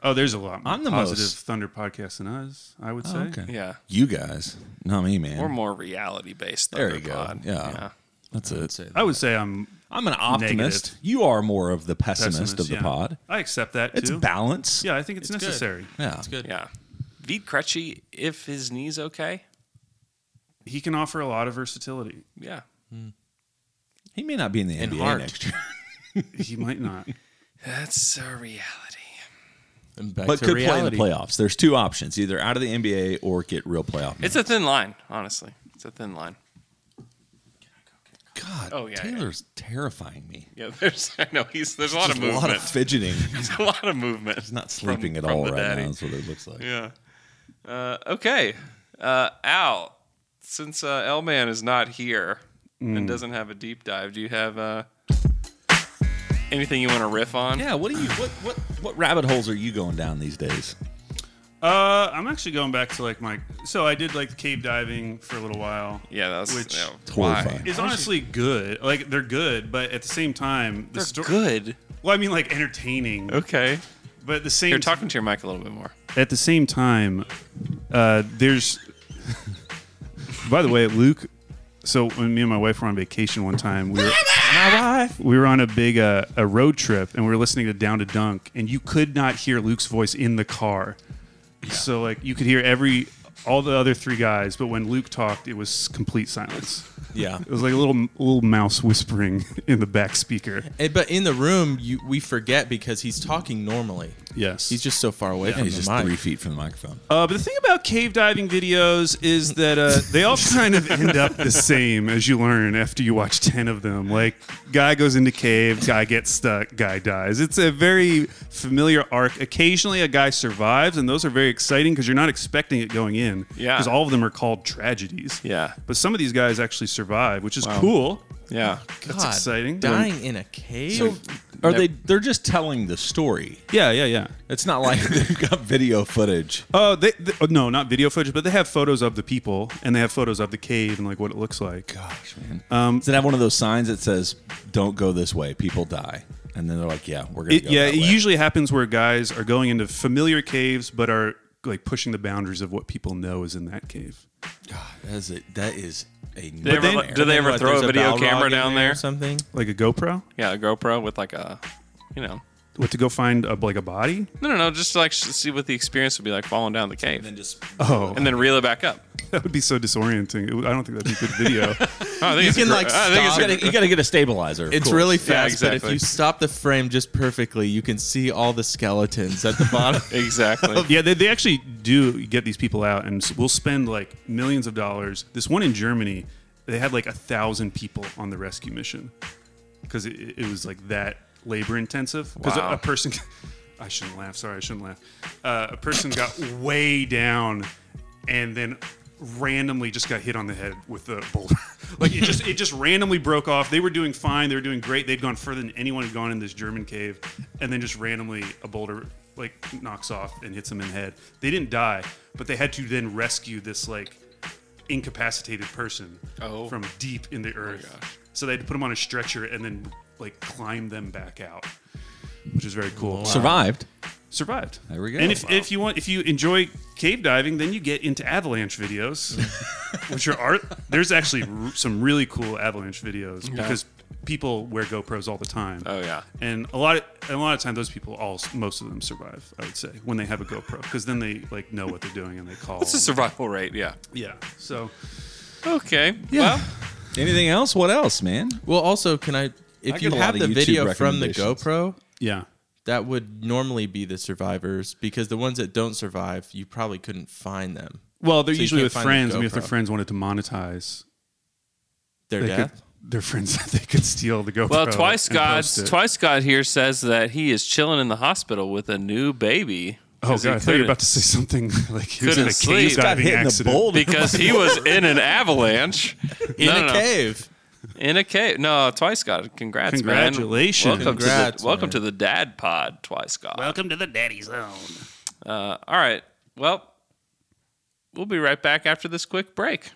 S7: Oh, there's a lot. More
S6: I'm the
S7: positive
S6: most-
S7: Thunder podcast than us. I would
S6: Oh,
S7: say.
S6: okay.
S2: Yeah.
S6: You guys, not me, man.
S2: We're more reality based.
S6: there you go. Yeah.
S2: Um,
S6: That's it.
S7: I would say I'm.
S6: I'm an optimist. You are more of the pessimist,
S7: Pessimist,
S6: of the
S7: yeah.
S6: pod.
S7: I accept that
S6: It's
S7: too.
S6: balance.
S7: Yeah, I think it's, necessary.
S6: Yeah. It's
S5: good.
S2: Yeah. Veed Crutchy, if his knee's okay.
S7: He can offer a lot of versatility.
S2: Yeah.
S6: He may not be in the
S2: And
S6: NBA
S2: heart.
S6: next year.
S7: he might not.
S2: That's a reality.
S5: And back
S6: but
S5: to
S6: could
S5: reality.
S6: play in the playoffs. There's two options: either out of the NBA or get real playoff.
S2: It's a thin line, honestly. It's a thin line.
S6: God,
S2: Oh, yeah,
S6: Taylor's terrifying me.
S2: Yeah, there's I know he's there's a lot
S6: Just
S2: of movement.
S6: a lot of fidgeting.
S2: There's a lot of movement. He's
S6: not sleeping at all right now. That's what it looks like.
S2: Yeah. Uh, okay. Uh, Al, since uh, L Man is not here
S6: Mm.
S2: and doesn't have a deep dive, do you have uh, anything you want to riff on?
S6: Yeah. What do you what what what rabbit holes are you going down these days?
S7: Uh, I'm actually going back to like my. So I did like cave diving for a little while.
S2: Yeah, that was-
S7: which
S2: yeah, why? Horrifying.
S7: is honestly good. Like they're good, but at the same time, the
S2: They're
S7: sto-
S2: good.
S7: Well, I mean like entertaining.
S2: Okay.
S7: But at the same,
S2: You're talking to your mic a little bit more.
S7: At the same time, uh, there's. By the way, Luke. So when me and my wife were on vacation one time, we were my wife. We were on a big uh, a road trip, and we were listening to Down to Dunk, and you could not hear Luke's voice in the car. So like you could hear every all the other three guys, but when Luke talked, it was complete silence.
S5: Yeah.
S7: it was like a little little mouse whispering in the back speaker.
S5: Eh, but in the room, you we forget because he's talking normally.
S7: Yes,
S5: he's just so far away from
S6: he's
S5: the
S6: just
S5: mic.
S6: three feet from the microphone.
S7: Uh, but the thing about cave diving videos is that uh, they all kind of end up the same as you learn after you watch 10 of them. Like, guy goes into cave, guy gets stuck, guy dies. It's a very familiar arc. Occasionally, a guy survives, and those are very exciting because you're not expecting it going in.
S2: Yeah.
S7: Because all of them are called tragedies.
S2: Yeah.
S7: But some of these guys actually survive, which is
S2: Wow.
S7: cool.
S2: Yeah.
S7: That's
S5: God,
S7: exciting.
S5: Dying in a cave.
S6: So are they? They're just telling the story.
S7: Yeah, yeah, yeah.
S6: It's not like they've got video footage.
S7: Oh, they, they oh, no, not video footage, but they have photos of the people and they have photos of the cave and like what it looks like.
S6: Gosh, man. Um, Does it have one of those signs that says "Don't go this way, people die"? And then they're like, "Yeah, we're gonna
S7: It-
S6: go."
S7: yeah,
S6: that
S7: it
S6: way."
S7: usually happens where guys are going into familiar caves but are like pushing the boundaries of what people know is in that cave.
S6: that is a, that is a
S2: They ever- nightmare. do they ever throw a video camera down there?
S5: something
S7: like a GoPro?
S2: Yeah, a GoPro with like a, you know,
S7: What to go find a, like a body?
S2: no, no, no, just to like s- see what the experience would be like falling down the cave, and then just
S7: Oh.
S2: and then reel it back up.
S7: That would be so disorienting. It would- I don't think that'd be good video.
S2: I think You it's a can, gr- like, I think it's stop- a- You gotta- you gotta
S7: get a stabilizer.
S5: It's really fast, but if you stop the frame just perfectly, you can see all the skeletons at the bottom.
S2: exactly.
S7: yeah, they, they actually do get these people out, and s- we'll spend like millions of dollars. This one in Germany, they had like a thousand people on the rescue mission because it, it was like that labor intensive. Because
S2: Wow.
S7: a, a person, I shouldn't laugh. Sorry, I shouldn't laugh. Uh, a person got way down, and then randomly just got hit on the head with a boulder. like it just it just randomly broke off. They were doing fine. They were doing great. They'd gone further than anyone had gone in this German cave, and then just randomly a boulder like knocks off and hits them in the head. They didn't die, but they had to then rescue this like incapacitated person
S2: Oh.
S7: from deep in the earth. So they had to put him on a stretcher and then like climb them back out, which is very cool.
S6: Survived.
S7: Survived.
S6: There we go.
S7: And if, if you want, if you enjoy cave diving, then you get into avalanche videos, which are art. There's actually r- some really cool avalanche videos
S2: Okay.
S7: because people wear GoPros all the time.
S2: Oh, yeah.
S7: and a lot of and a lot of time those people all most of them survive. I would say when they have a GoPro because then they like know what they're doing and they call.
S2: What's the survival rate? Yeah.
S7: Yeah. So.
S2: Okay. Well,
S6: Anything else? What else, man?
S5: Well, also, can I? If
S6: I get
S5: you
S6: a lot
S5: have
S6: of
S5: the
S6: YouTube
S5: video from the
S6: recommendations.
S5: GoPro,
S7: yeah,
S5: that would normally be the survivors because the ones that don't survive, you probably couldn't find them.
S7: Well, they're
S5: So you
S7: usually
S5: can't
S7: with
S5: find the
S7: friends. I mean, if their
S5: GoPro.
S7: friends wanted to monetize
S5: Their
S7: they could-
S5: death?
S7: their friends, they could steal the GoPro.
S2: well, twice
S7: and
S2: God,
S7: post it.
S2: twice God here says that he is chilling in the hospital with a new baby.
S7: Oh
S2: 'Cause
S7: god,
S2: he
S7: I thought you were
S2: couldn't-
S7: about to say something like he was
S2: couldn't
S7: in a
S2: sleep.
S7: cave diving accident
S2: because he was in an avalanche
S5: In a cave.
S2: In a cave. No, twice God. Congrats, man.
S7: Congratulations.
S2: Welcome to
S7: Congrats,
S2: the, welcome
S7: man.
S2: to the dad pod, twice God.
S7: Welcome to the daddy zone.
S2: Uh, all right. Well, we'll be right back after this quick break.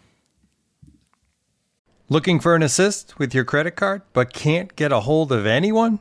S9: Looking for an assist with your credit card but can't get a hold of anyone?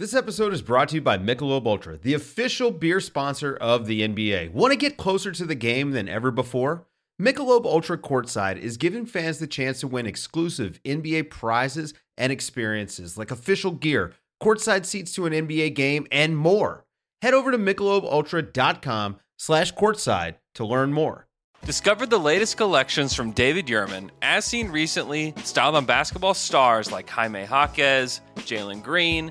S10: This episode is brought to you by Michelob Ultra, the official beer sponsor of the NBA. Want to get closer to the game than ever before? Michelob Ultra Courtside is giving fans the chance to win exclusive NBA prizes and experiences like official gear, courtside seats to an NBA game, and more. Head over to michelobultra.com slash courtside to learn more.
S2: Discover the latest collections from David Yurman, as seen recently, styled on basketball stars like Jaime Jaquez, Jalen Green,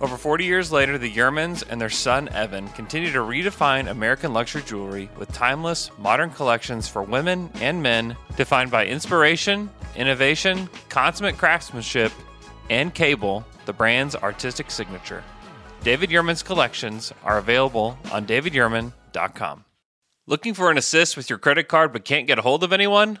S2: Over 40 years later, the Yermans and their son Evan continue to redefine American luxury jewelry with timeless, modern collections for women and men defined by inspiration, innovation, consummate craftsmanship, and cable, the brand's artistic signature. David Yerman's collections are available on davidyerman.com. Looking for an assist with your credit card but can't get a hold of anyone?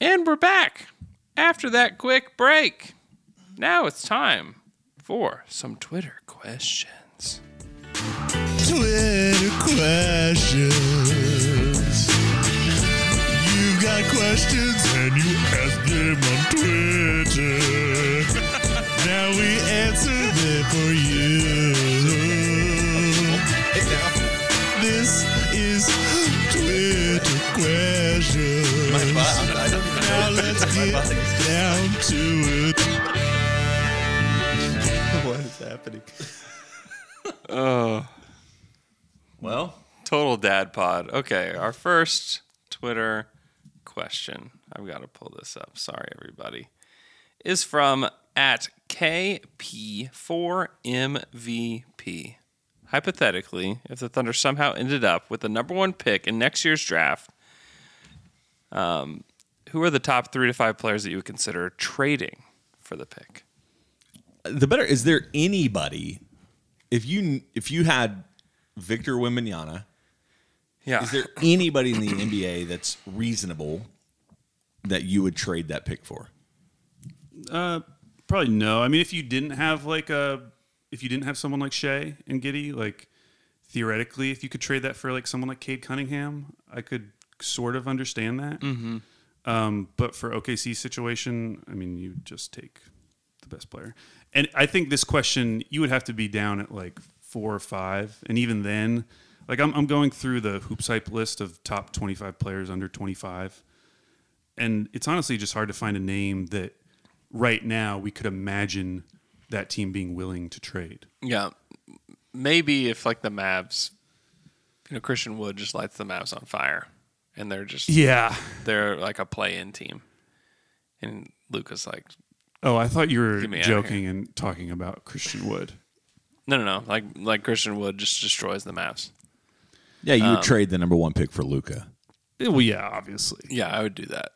S2: And we're back after that quick break. Now it's time for some Twitter questions.
S11: Twitter questions. You got questions and you ask them on Twitter. now we answer them for you.
S6: happening?
S2: Oh.
S6: Well,
S2: total dad pod. Okay, our first Twitter question. I've got to pull this up. Sorry, everybody. Is from at KP4MVP. Hypothetically, if the Thunder somehow ended up with the number one pick in next year's draft, um, who are the top three to five players that you would consider trading for the pick?
S6: the better is there anybody if you if you had Victor Wembanyama
S2: yeah
S6: is there anybody in the NBA that's reasonable that you would trade that pick for
S7: Uh, probably no. I mean, if you didn't have like a, if you didn't have someone like Shea and Giddy, like theoretically, if you could trade that for like someone like Cade Cunningham, I could sort of understand that.
S2: Mhm.
S7: Um, but for OKC situation, I mean, you just take the best player. And I think this question, you would have to be down at like four or five, and even then, like I'm, I'm going through the hoops hype list of top 25 players under 25 and it's honestly just hard to find a name that right now we could imagine that team being willing to trade.
S2: Yeah. Maybe if like the Mavs, you know, Christian Wood just lights the Mavs on fire and they're just
S7: Yeah.
S2: They're like a play in team. And Luca's like
S7: Oh, I thought you were
S2: Get me outta
S7: joking and talking about Christian Wood.
S2: no no no. Like like Christian Wood just destroys the Mavs.
S6: yeah you
S2: Um,
S6: would trade the number one pick for Luca
S7: Eh, Well, yeah, obviously.
S2: Yeah, I would do that.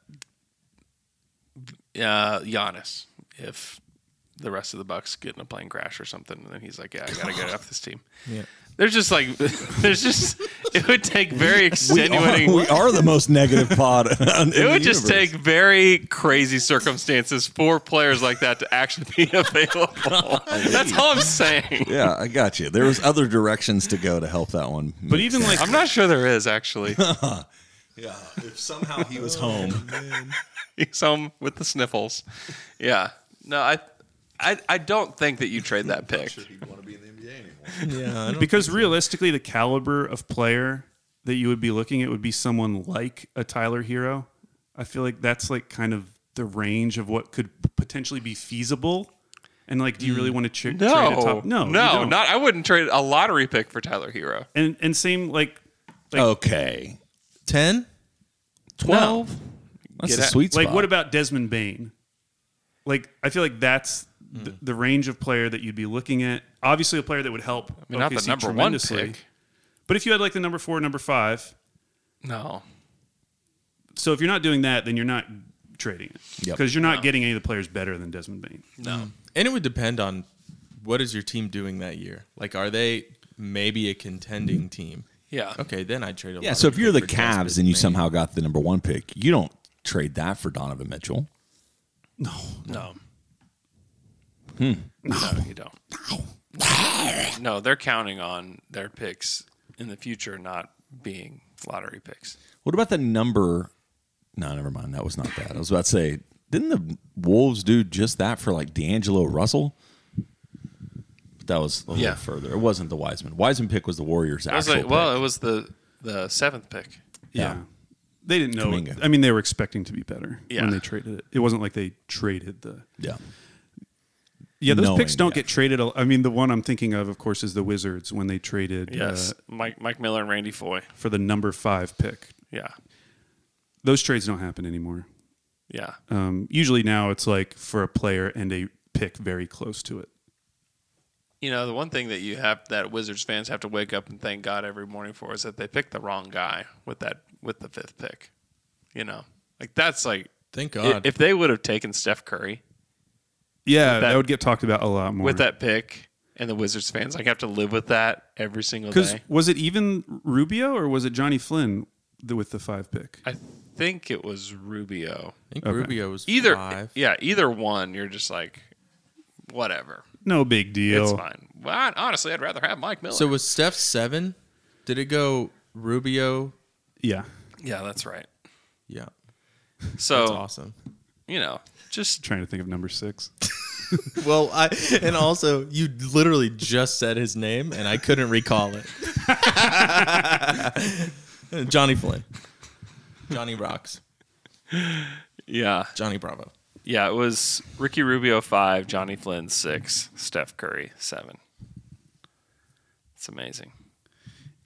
S2: Uh Giannis, if the rest of the Bucks get in a plane crash or something, and then he's like, Yeah, I gotta get off this team.
S7: Yeah.
S2: There's just like there's just it would take very
S6: we
S2: extenuating
S6: are, we are the most negative pod in
S2: it
S6: the
S2: would just
S6: universe.
S2: take very crazy circumstances for players like that to actually be available. That's all I'm saying.
S6: yeah I got you there was other directions to go to help that one
S2: But even like- I'm not sure there is actually.
S6: yeah if somehow he was home
S2: He's home with the sniffles. Yeah. No, I I, I don't think that you trade that pick.
S7: because realistically, the caliber of player that you would be looking at would be someone like a Tyler Hero. I feel like that's like kind of the range of what could potentially be feasible. And like, do you really want to tra- trade a
S2: No,
S7: top? No, you
S2: no,
S7: don't.
S2: not. I wouldn't trade a lottery pick for Tyler Hero.
S7: And and same like, like
S6: okay,
S5: 10?
S7: 12.
S5: That's the sweet
S7: Like,
S5: spot.
S7: what about Desmond Bain? Like, I feel like that's
S2: Mm.
S7: the, the range of player that you'd be looking at. Obviously, a player that would help. I
S2: mean, not the number one pick.
S7: But if you had like the number four, number five.
S2: No.
S7: So if you're not doing that, then you're not trading it
S5: Yep.
S7: because you're not
S5: No.
S7: getting any of the players better than Desmond Bain.
S5: No. And it would depend on what is your team doing that year. Like, are they maybe a contending team?
S2: Yeah.
S5: Okay, then I'd trade a
S6: yeah
S5: lottery
S6: so if you're the
S5: pick for
S6: Cavs and you somehow got the number one pick you don't trade that for Donovan Mitchell
S2: No.
S6: hmm
S2: No, you don't. No, they're counting on their picks in the future not being lottery picks.
S6: What about the number? No, never mind. That was not that. I was about to say, didn't the Wolves do just that for like D'Angelo Russell? But that was a little
S2: Yeah.
S6: further. It wasn't the Wiseman. Wiseman pick was the Warriors'
S2: I was
S6: actual
S2: like,
S6: pick.
S2: well, it was the the seventh pick.
S7: Yeah. They didn't know.
S6: Kuminga.
S7: I mean, they were expecting to be better
S2: Yeah.
S7: when they traded it. It wasn't like they traded the.
S6: Yeah.
S7: Yeah, those
S6: Knowing
S7: picks don't
S6: the
S7: get traded. a- I mean, the one I'm thinking of, of course, is the Wizards when they traded
S2: Yes,
S7: uh,
S2: Mike Mike Miller and Randy Foy.
S7: for the number five pick.
S2: Yeah.
S7: Those trades don't happen anymore.
S2: Yeah.
S7: Um, usually now it's like for a player and a pick very close to it.
S2: You know, the one thing that you have that Wizards fans have to wake up and thank God every morning for is that they picked the wrong guy with that with the fifth pick. You know, like that's like
S5: thank
S7: God.
S2: if they would have taken Steph Curry
S7: Yeah,
S2: With
S7: that,
S2: that-
S7: would get talked about a lot more.
S2: with that pick, and the Wizards fans like have to live with that every single
S7: because
S2: day.
S7: was it even Rubio or was it Johnny Flynn th- with the five pick?
S2: I think it was Rubio. I
S5: think Okay. Rubio was
S2: either
S5: five.
S2: yeah either one. You're just like whatever.
S7: No big deal.
S2: It's fine. Well, I- honestly, I'd rather have Mike Miller.
S5: So was Steph seven? Did it go Rubio?
S7: Yeah.
S2: yeah, that's right.
S5: Yeah.
S2: So
S5: That's awesome.
S2: You know, just
S7: trying to think of number six.
S5: Well, I and also you literally just said his name and I couldn't recall it. Johnny Flynn. Johnny Rocks.
S2: Yeah.
S5: Johnny Bravo.
S2: Yeah, it was Ricky Rubio five, Johnny Flynn six, Steph Curry seven. It's amazing.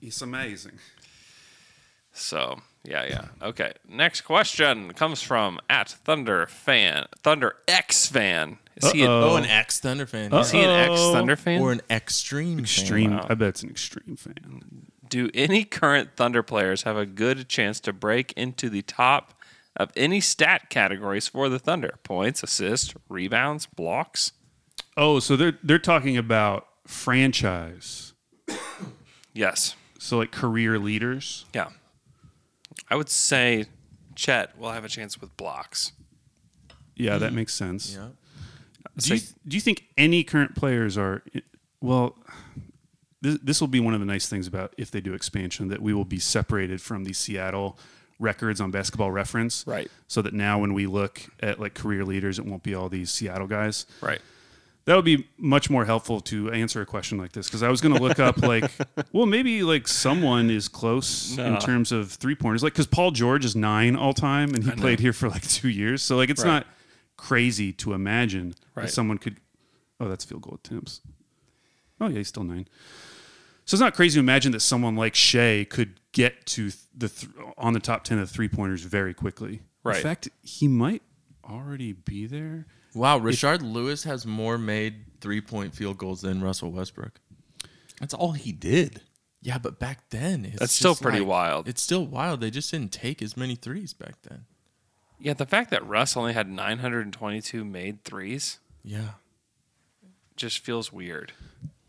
S7: It's amazing.
S2: So yeah, yeah. Okay. Next question comes from at Thunder Fan Thunder X Fan. Is he an,
S5: oh, an ex Thunder fan?
S2: Is he an ex Thunder fan
S5: or an extreme?
S7: Extreme.
S5: Fan? Wow.
S7: I bet it's an extreme fan.
S2: Do any current Thunder players have a good chance to break into the top of any stat categories for the Thunder? Points, assists, rebounds, blocks.
S7: Oh, so they're they're talking about franchise.
S2: Yes.
S7: So like career leaders.
S2: Yeah. I would say Chet will have a chance with blocks.
S7: Mm-hmm. Yeah, that makes sense.
S2: Yeah.
S7: Do you, do you think any current players are well? This, this will be one of the nice things about if they do expansion that we will be separated from the Seattle records on Basketball Reference,
S2: Right.
S7: So that now when we look at like career leaders, it won't be all these Seattle guys,
S2: Right.
S7: That would be much more helpful to answer a question like this because I was going to look up like, well, maybe like someone is close
S2: No.
S7: in terms of three pointers, like because Paul George is nine all time and he
S2: I know.
S7: played here for like two years, so like it's
S2: Right.
S7: not crazy to imagine
S2: Right.
S7: that someone could. Oh, that's field goal attempts. Oh yeah, he's still nine. So it's not crazy to imagine that someone like Shea could get to th- the th- on the top ten of three pointers very quickly.
S5: Right.
S7: In fact, he might already be there.
S5: Wow, Richard Lewis has more made three point field goals than Russell Westbrook. That's all he did. Yeah, but back then, it's
S2: That's still
S5: just
S2: pretty
S5: like-
S2: wild.
S5: It's still wild. They just didn't take as many threes back then.
S2: Yeah, the fact that Russ only had 922 made threes
S5: Yeah.
S2: just feels weird.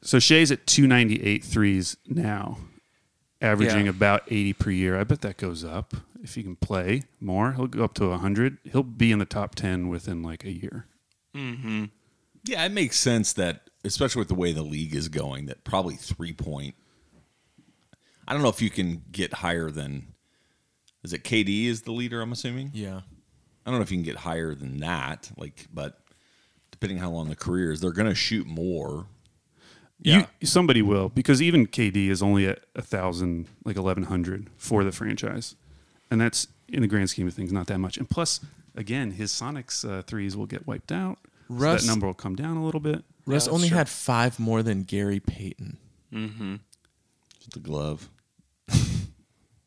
S7: So Shea's at 298 threes now, averaging
S2: Yeah.
S7: about 80 per year. I bet that goes up if he can play more. He'll go up to 100. He'll be in the top 10 within like a year.
S2: Mm-hmm.
S6: Yeah, it makes sense that, especially with the way the league is going, that probably three point. I don't know if you can get higher than. Is it KD is the leader? I'm assuming.
S5: Yeah.
S6: I don't know if you can get higher than that. Like, but depending how long the career is, they're going to shoot more.
S7: You, somebody will because even KD is only at a thousand, like eleven hundred for the franchise, and that's in the grand scheme of things not that much. And plus, again, his Sonics uh, threes will get wiped out. so
S5: Russ-
S7: that number will come down a little bit.
S5: Russ only had five more than Gary Payton.
S2: Mm-hmm.
S6: The glove.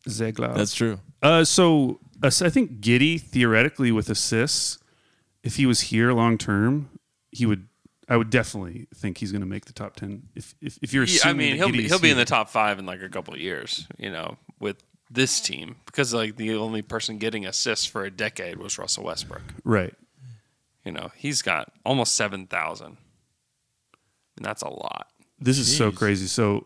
S7: Zeglow.
S5: That's true.
S7: Uh, so uh, so I think Giddy theoretically with assists, if he was here long term, he would. I would definitely think he's going to make the top ten. If if, if you're,
S2: Yeah, I
S7: assuming
S2: mean,
S7: that
S2: he'll be
S7: Giddey's
S2: he'll be in
S7: here.
S2: the top five in like a couple of years, you know, with this team because like the only person getting assists for a decade was Russell Westbrook.
S7: right.
S2: You know, he's got almost seven thousand, and that's a lot.
S7: This is so crazy. So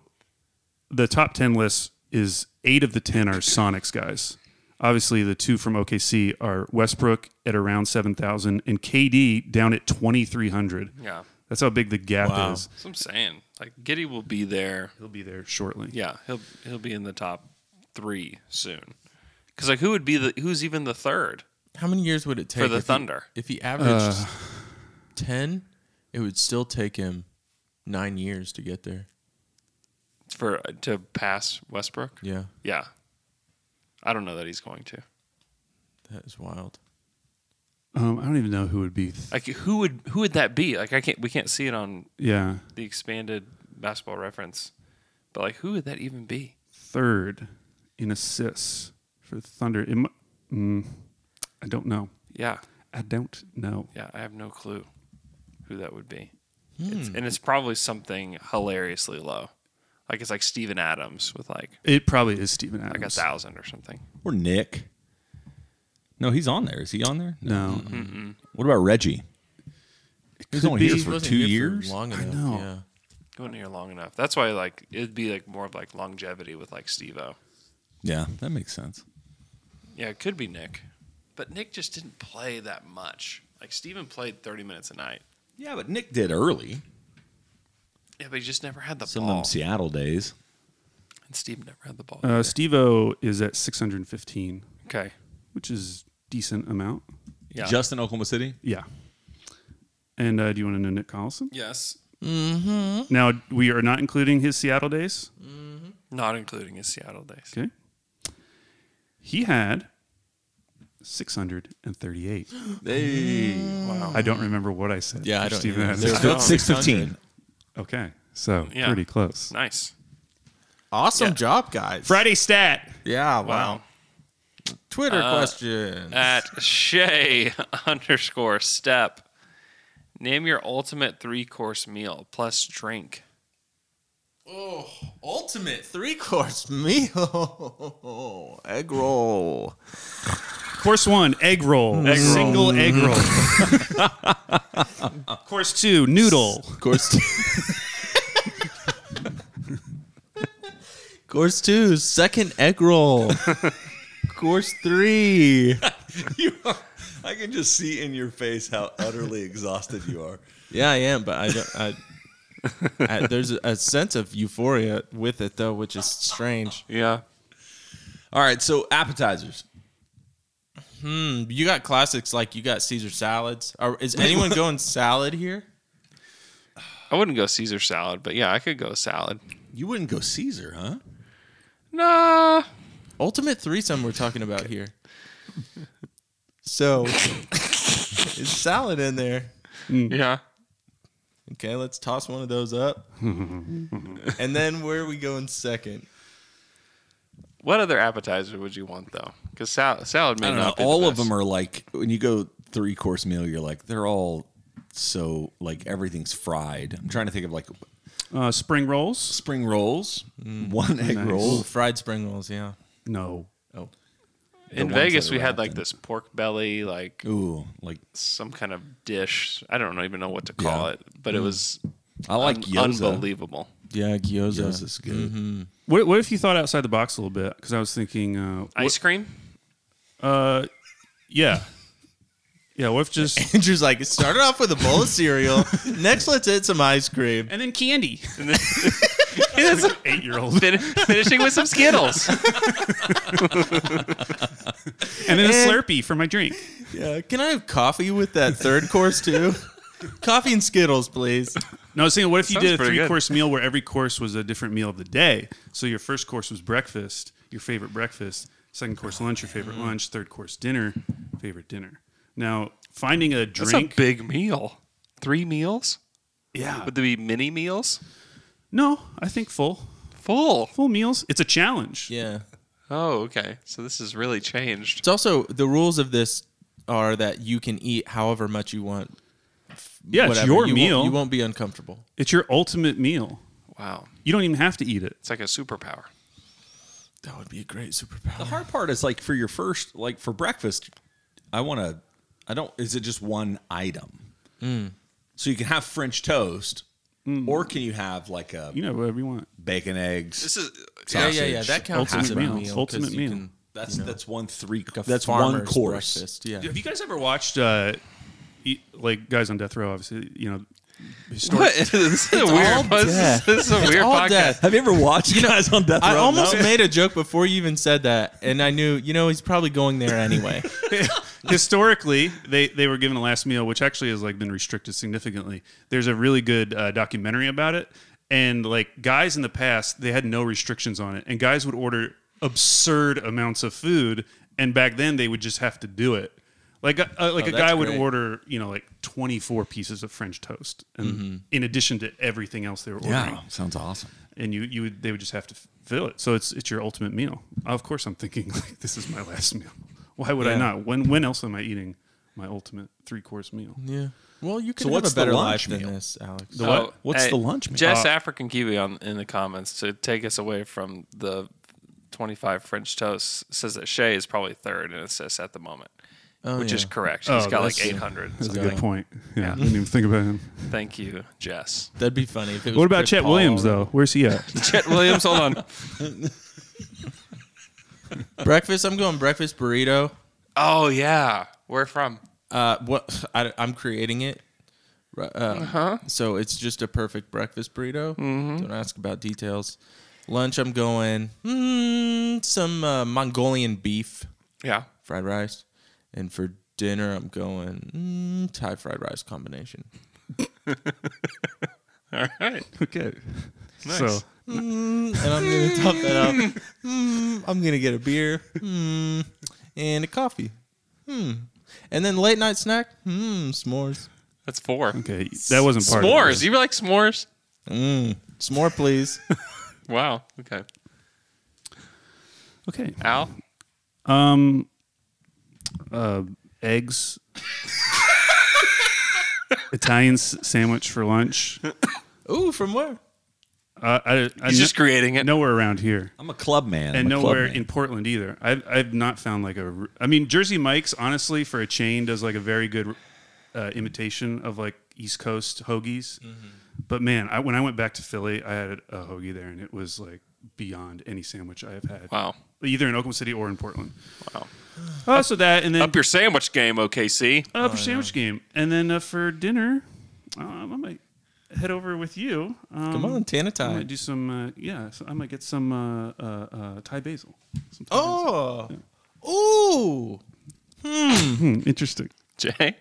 S7: the top 10 list is eight of the 10 are Sonics guys. Obviously, the two from OKC are Westbrook at around 7,000 and KD down at 2,300.
S2: Yeah.
S7: That's how big the gap is.
S2: That's what I'm saying. Like Giddy will be there.
S7: He'll be there shortly.
S2: Yeah, he'll he'll be in the top three soon. Because like, who would be the who's even the third?
S5: How many years would it take
S2: For the
S5: if he-
S2: Thunder.
S5: if he averaged
S2: Uh.
S5: ten, it would still take him nine years to get there.
S2: for to pass Westbrook?
S5: Yeah.
S2: Yeah. I don't know that he's going to.
S5: That is wild.
S7: Um, I don't even know who would be. th-
S2: Like who would who would that be? Like I can't we can't see it on
S7: Yeah.
S2: the expanded basketball reference. But like who would that even be?
S7: third in assists for the Thunder. It, mu- mm, I don't know.
S2: Yeah.
S7: I don't know.
S2: Yeah, I have no clue who that would be. It's, and it's probably something hilariously low. Like it's like Steven Adams with like
S7: It probably is Steven Adams.
S2: like a thousand or something.
S6: Or Nick. No, he's on there. Is he on there?
S7: No.
S2: Mm-mm.
S6: What about Reggie? He's
S7: could
S6: only
S7: be.
S6: here
S7: He
S6: for
S7: wasn't
S6: two
S7: here for
S6: years.
S5: long
S7: I know.
S2: Going here long enough. That's why like it'd be like more of like longevity with like Steve O.
S6: Yeah, that makes sense.
S2: Yeah, it could be Nick. But Nick just didn't play that much. Like Steven played 30 minutes a night.
S6: Yeah, but Nick did early.
S2: Yeah, but he just never had the
S6: Some of
S2: ball.
S6: them Seattle days.
S2: And Steven never had the ball.
S7: Uh, Steve O is at 615.
S2: Okay.
S7: Which is decent amount.
S2: Yeah.
S6: Just in Oklahoma City.
S7: Yeah. And uh, do you want to know Nick Collison?
S2: yes.
S5: Mm-hmm.
S7: Now, we are not including his Seattle days.
S2: Not including his Seattle days.
S7: Okay. He had 638.
S6: Hey.
S7: Wow. I don't remember what I said.
S6: Yeah, I
S7: for
S6: don't
S7: Stephen
S6: either.
S7: Anderson.
S6: Six- Oh, 615.
S7: Okay. So
S2: Yeah.
S7: pretty close.
S2: Nice.
S5: Awesome
S2: Yeah.
S5: job, guys.
S7: Friday stat.
S5: Yeah. Wow.
S2: Wow.
S5: Twitter
S2: Uh,
S5: question.
S2: At Shay underscore step. Name your ultimate three course meal plus drink.
S5: Oh, ultimate three course meal. Egg roll.
S7: Course one, egg roll.
S5: Egg roll.
S7: Single egg roll. Course two, noodle.
S5: Course two. Course two, second egg roll. Course three.
S6: you are, I can just see in your face how utterly exhausted you are.
S5: Yeah, I am, but I don't. I, I, there's a, a sense of euphoria with it though, which is strange.
S2: Yeah.
S5: All right, so appetizers. Hmm, you got classics like you got Caesar salads. Are, is anyone going salad here?
S2: I wouldn't go Caesar salad, but yeah, I could go salad.
S6: You wouldn't go Caesar, huh?
S2: Nah.
S5: Ultimate threesome we're talking about here. So, is salad in there?
S2: Yeah.
S5: Okay, let's toss one of those up. and then where are we going second?
S2: What other appetizer would you want though? Because sal- salad
S6: I
S2: may
S6: don't know.
S2: not be the
S6: All of
S2: best.
S6: them are like when you go three course meal, you're like they're all so like everything's fried. I'm trying to think of like
S7: Uh, spring rolls. Mm.
S6: Spring rolls. One egg
S5: Nice.
S6: roll.
S5: Ooh, fried spring rolls. Yeah.
S7: No.
S5: Oh.
S2: In
S5: The ones
S2: Vegas,
S5: that
S2: we
S5: are
S2: had
S5: wrapped
S2: like
S5: in-
S2: this pork belly, like
S6: ooh, like
S2: some kind of dish. I don't even know what to call
S6: Yeah.
S2: it, but it
S6: Mm.
S2: was
S6: I like
S2: un-
S6: gyoza.
S2: unbelievable.
S5: Yeah, gyoza.
S6: Gyoza's good.
S5: Mhm.
S7: What, what if you thought outside the box a little bit? Because I was thinking uh, what-
S2: Ice cream?
S7: Uh, yeah, yeah. What if just
S5: Andrew's like it started off with a bowl of cereal. Next, let's hit some ice cream.
S7: and then candy?
S2: And then,
S7: eight year old
S2: finishing with some Skittles.
S7: and then a
S5: And-
S7: Slurpee for my drink.
S5: Yeah. Can I have coffee with that third course too? coffee and Skittles, please.
S7: No, I was thinking, what if you
S5: Sounds
S7: did a
S5: pretty
S7: three
S5: good.
S7: course meal where every course was a different meal of the day? So your first course was breakfast, your favorite breakfast. Second course lunch, your favorite lunch. Third course dinner, favorite dinner. Now finding a
S2: That's
S7: drink.
S2: a big meal. Three meals?
S7: Yeah.
S2: Would there be mini meals?
S7: No, I think full.
S2: Full.
S7: Full meals. It's a challenge.
S5: Yeah.
S2: Oh, okay. So this has really changed.
S5: It's also the rules of this are that you can eat however much you want. F-
S7: Yeah, it's your
S5: You won't-
S7: meal.
S5: you won't be uncomfortable.
S7: It's your ultimate meal.
S2: Wow.
S7: You don't even have to eat it.
S2: It's like a superpower.
S5: That would be a great superpower.
S6: The hard part is like for your first, like for breakfast, I want to. I don't. Is it just one item?
S5: Mm.
S6: So you can have French toast, or can you have like a
S7: You know whatever you want.
S6: bacon eggs?
S2: This is
S5: Yeah, yeah, yeah, that counts as a
S6: Ultimate
S5: meal,
S6: meal.
S5: 'cause
S7: Ultimate
S5: you
S7: meal.
S5: can-
S6: That's
S5: you know,
S6: that's one three.
S5: a
S6: that's one
S5: farmer's
S6: course.
S5: breakfast, Yeah.
S7: Have you guys ever watched, uh, e- like, guys on death row? Obviously, you know,
S2: What?
S7: historic.
S2: this is a weird, this is, this is a
S5: It's
S2: weird
S5: all
S2: podcast.
S5: death.
S6: Have you ever watched
S5: You know,
S6: guys on death row?
S5: I almost
S6: No.
S5: made a joke before you even said that, and I knew, you know, he's probably going there anyway.
S7: Historically, they, they were given a last meal, which actually has like been restricted significantly. There's a really good uh, documentary about it, and like guys in the past, they had no restrictions on it, and guys would order absurd amounts of food, and back then they would just have to do it. Like uh, uh, like
S5: Oh,
S7: a
S5: that's
S7: guy would
S5: great.
S7: order you know like 24 pieces of French toast, and
S5: Mm-hmm.
S6: Mhm.
S7: in addition to everything else they were ordering.
S6: Yeah, sounds awesome.
S7: and you you would, they would just have to f- fill it. So it's it's your ultimate meal. Of course, I'm thinking like this is my last meal. Why would I
S5: Yeah.
S7: not? When when else am I eating my ultimate three course meal?
S5: Yeah. Well, you could
S6: So
S5: have
S6: what's
S5: a
S6: the
S5: better
S6: lunch
S5: life
S6: meal?
S5: than this, Alex.
S7: The what?
S2: Oh,
S6: What's
S2: hey,
S6: the lunch meal?
S2: Jess
S7: Uh,
S2: African Kiwi on in the comments to take us away from the 25 French toast says that Shay is probably third and assists at the moment,
S5: Oh,
S2: which is
S5: yeah.
S2: correct.
S7: Oh,
S2: He's got like
S7: that's-
S2: 800.
S7: That's a
S2: something.
S7: good point. Yeah, I didn't even think about him.
S2: Thank you, Jess.
S5: That'd be funny if it was.
S7: What about
S5: Chris
S7: Chet
S5: Paul
S7: Williams
S5: or-
S7: though? Where's he at?
S2: Chet Williams, hold on.
S5: breakfast. I'm going breakfast burrito.
S2: Oh yeah, where from?
S5: Uh, what I, am creating it. Uh,
S2: Uh-huh.
S5: So it's just a perfect breakfast burrito. Don't ask about details. Lunch, I'm going mm, some uh, Mongolian beef,
S2: Yeah.
S5: fried rice, and for dinner, I'm going mm, Thai fried rice combination.
S2: All right.
S7: okay.
S2: Nice.
S7: So
S5: Mm, and I'm gonna top that up. Mm, I'm gonna get a beer mm, hmm, and a coffee. Hmm. And then late night snack. Hmm. S'mores.
S2: That's four.
S7: Okay, that wasn't part of it,
S2: S'mores.
S7: was it?
S2: You like s'mores?
S5: Mm, s'more, please.
S2: wow. Okay.
S7: Okay.
S2: Al.
S7: Um, uh, eggs, Italian s- sandwich for lunch.
S5: Ooh, from where?
S7: Uh, I, I
S2: He's just creating
S7: it. Nowhere around here.
S6: I'm a club man.
S7: and
S6: I'm a club
S7: nowhere
S6: man.
S7: in Portland either. I've I've not found like a. r- I mean, Jersey Mike's honestly for a chain does like a very good uh, imitation of like East Coast hoagies.
S5: Mm-hmm.
S7: But man, I, when I went back to Philly, I had a hoagie there, and it was like beyond any sandwich I have had.
S2: Wow.
S7: Either in Oklahoma City or in Portland. Wow. Uh, so that and then
S2: up your sandwich game, OKC.
S5: Oh,
S7: Uh, for sandwich game, and then uh, for dinner, um, I might head over with you. Um,
S5: Come on, Tana
S7: I
S5: time.
S7: might do some. Uh, yeah, so I might get some uh, uh, uh, Thai basil. Some Thai
S5: Oh.
S6: Oh.
S5: Ooh. Hmm.
S7: basil. Interesting.
S2: Jay.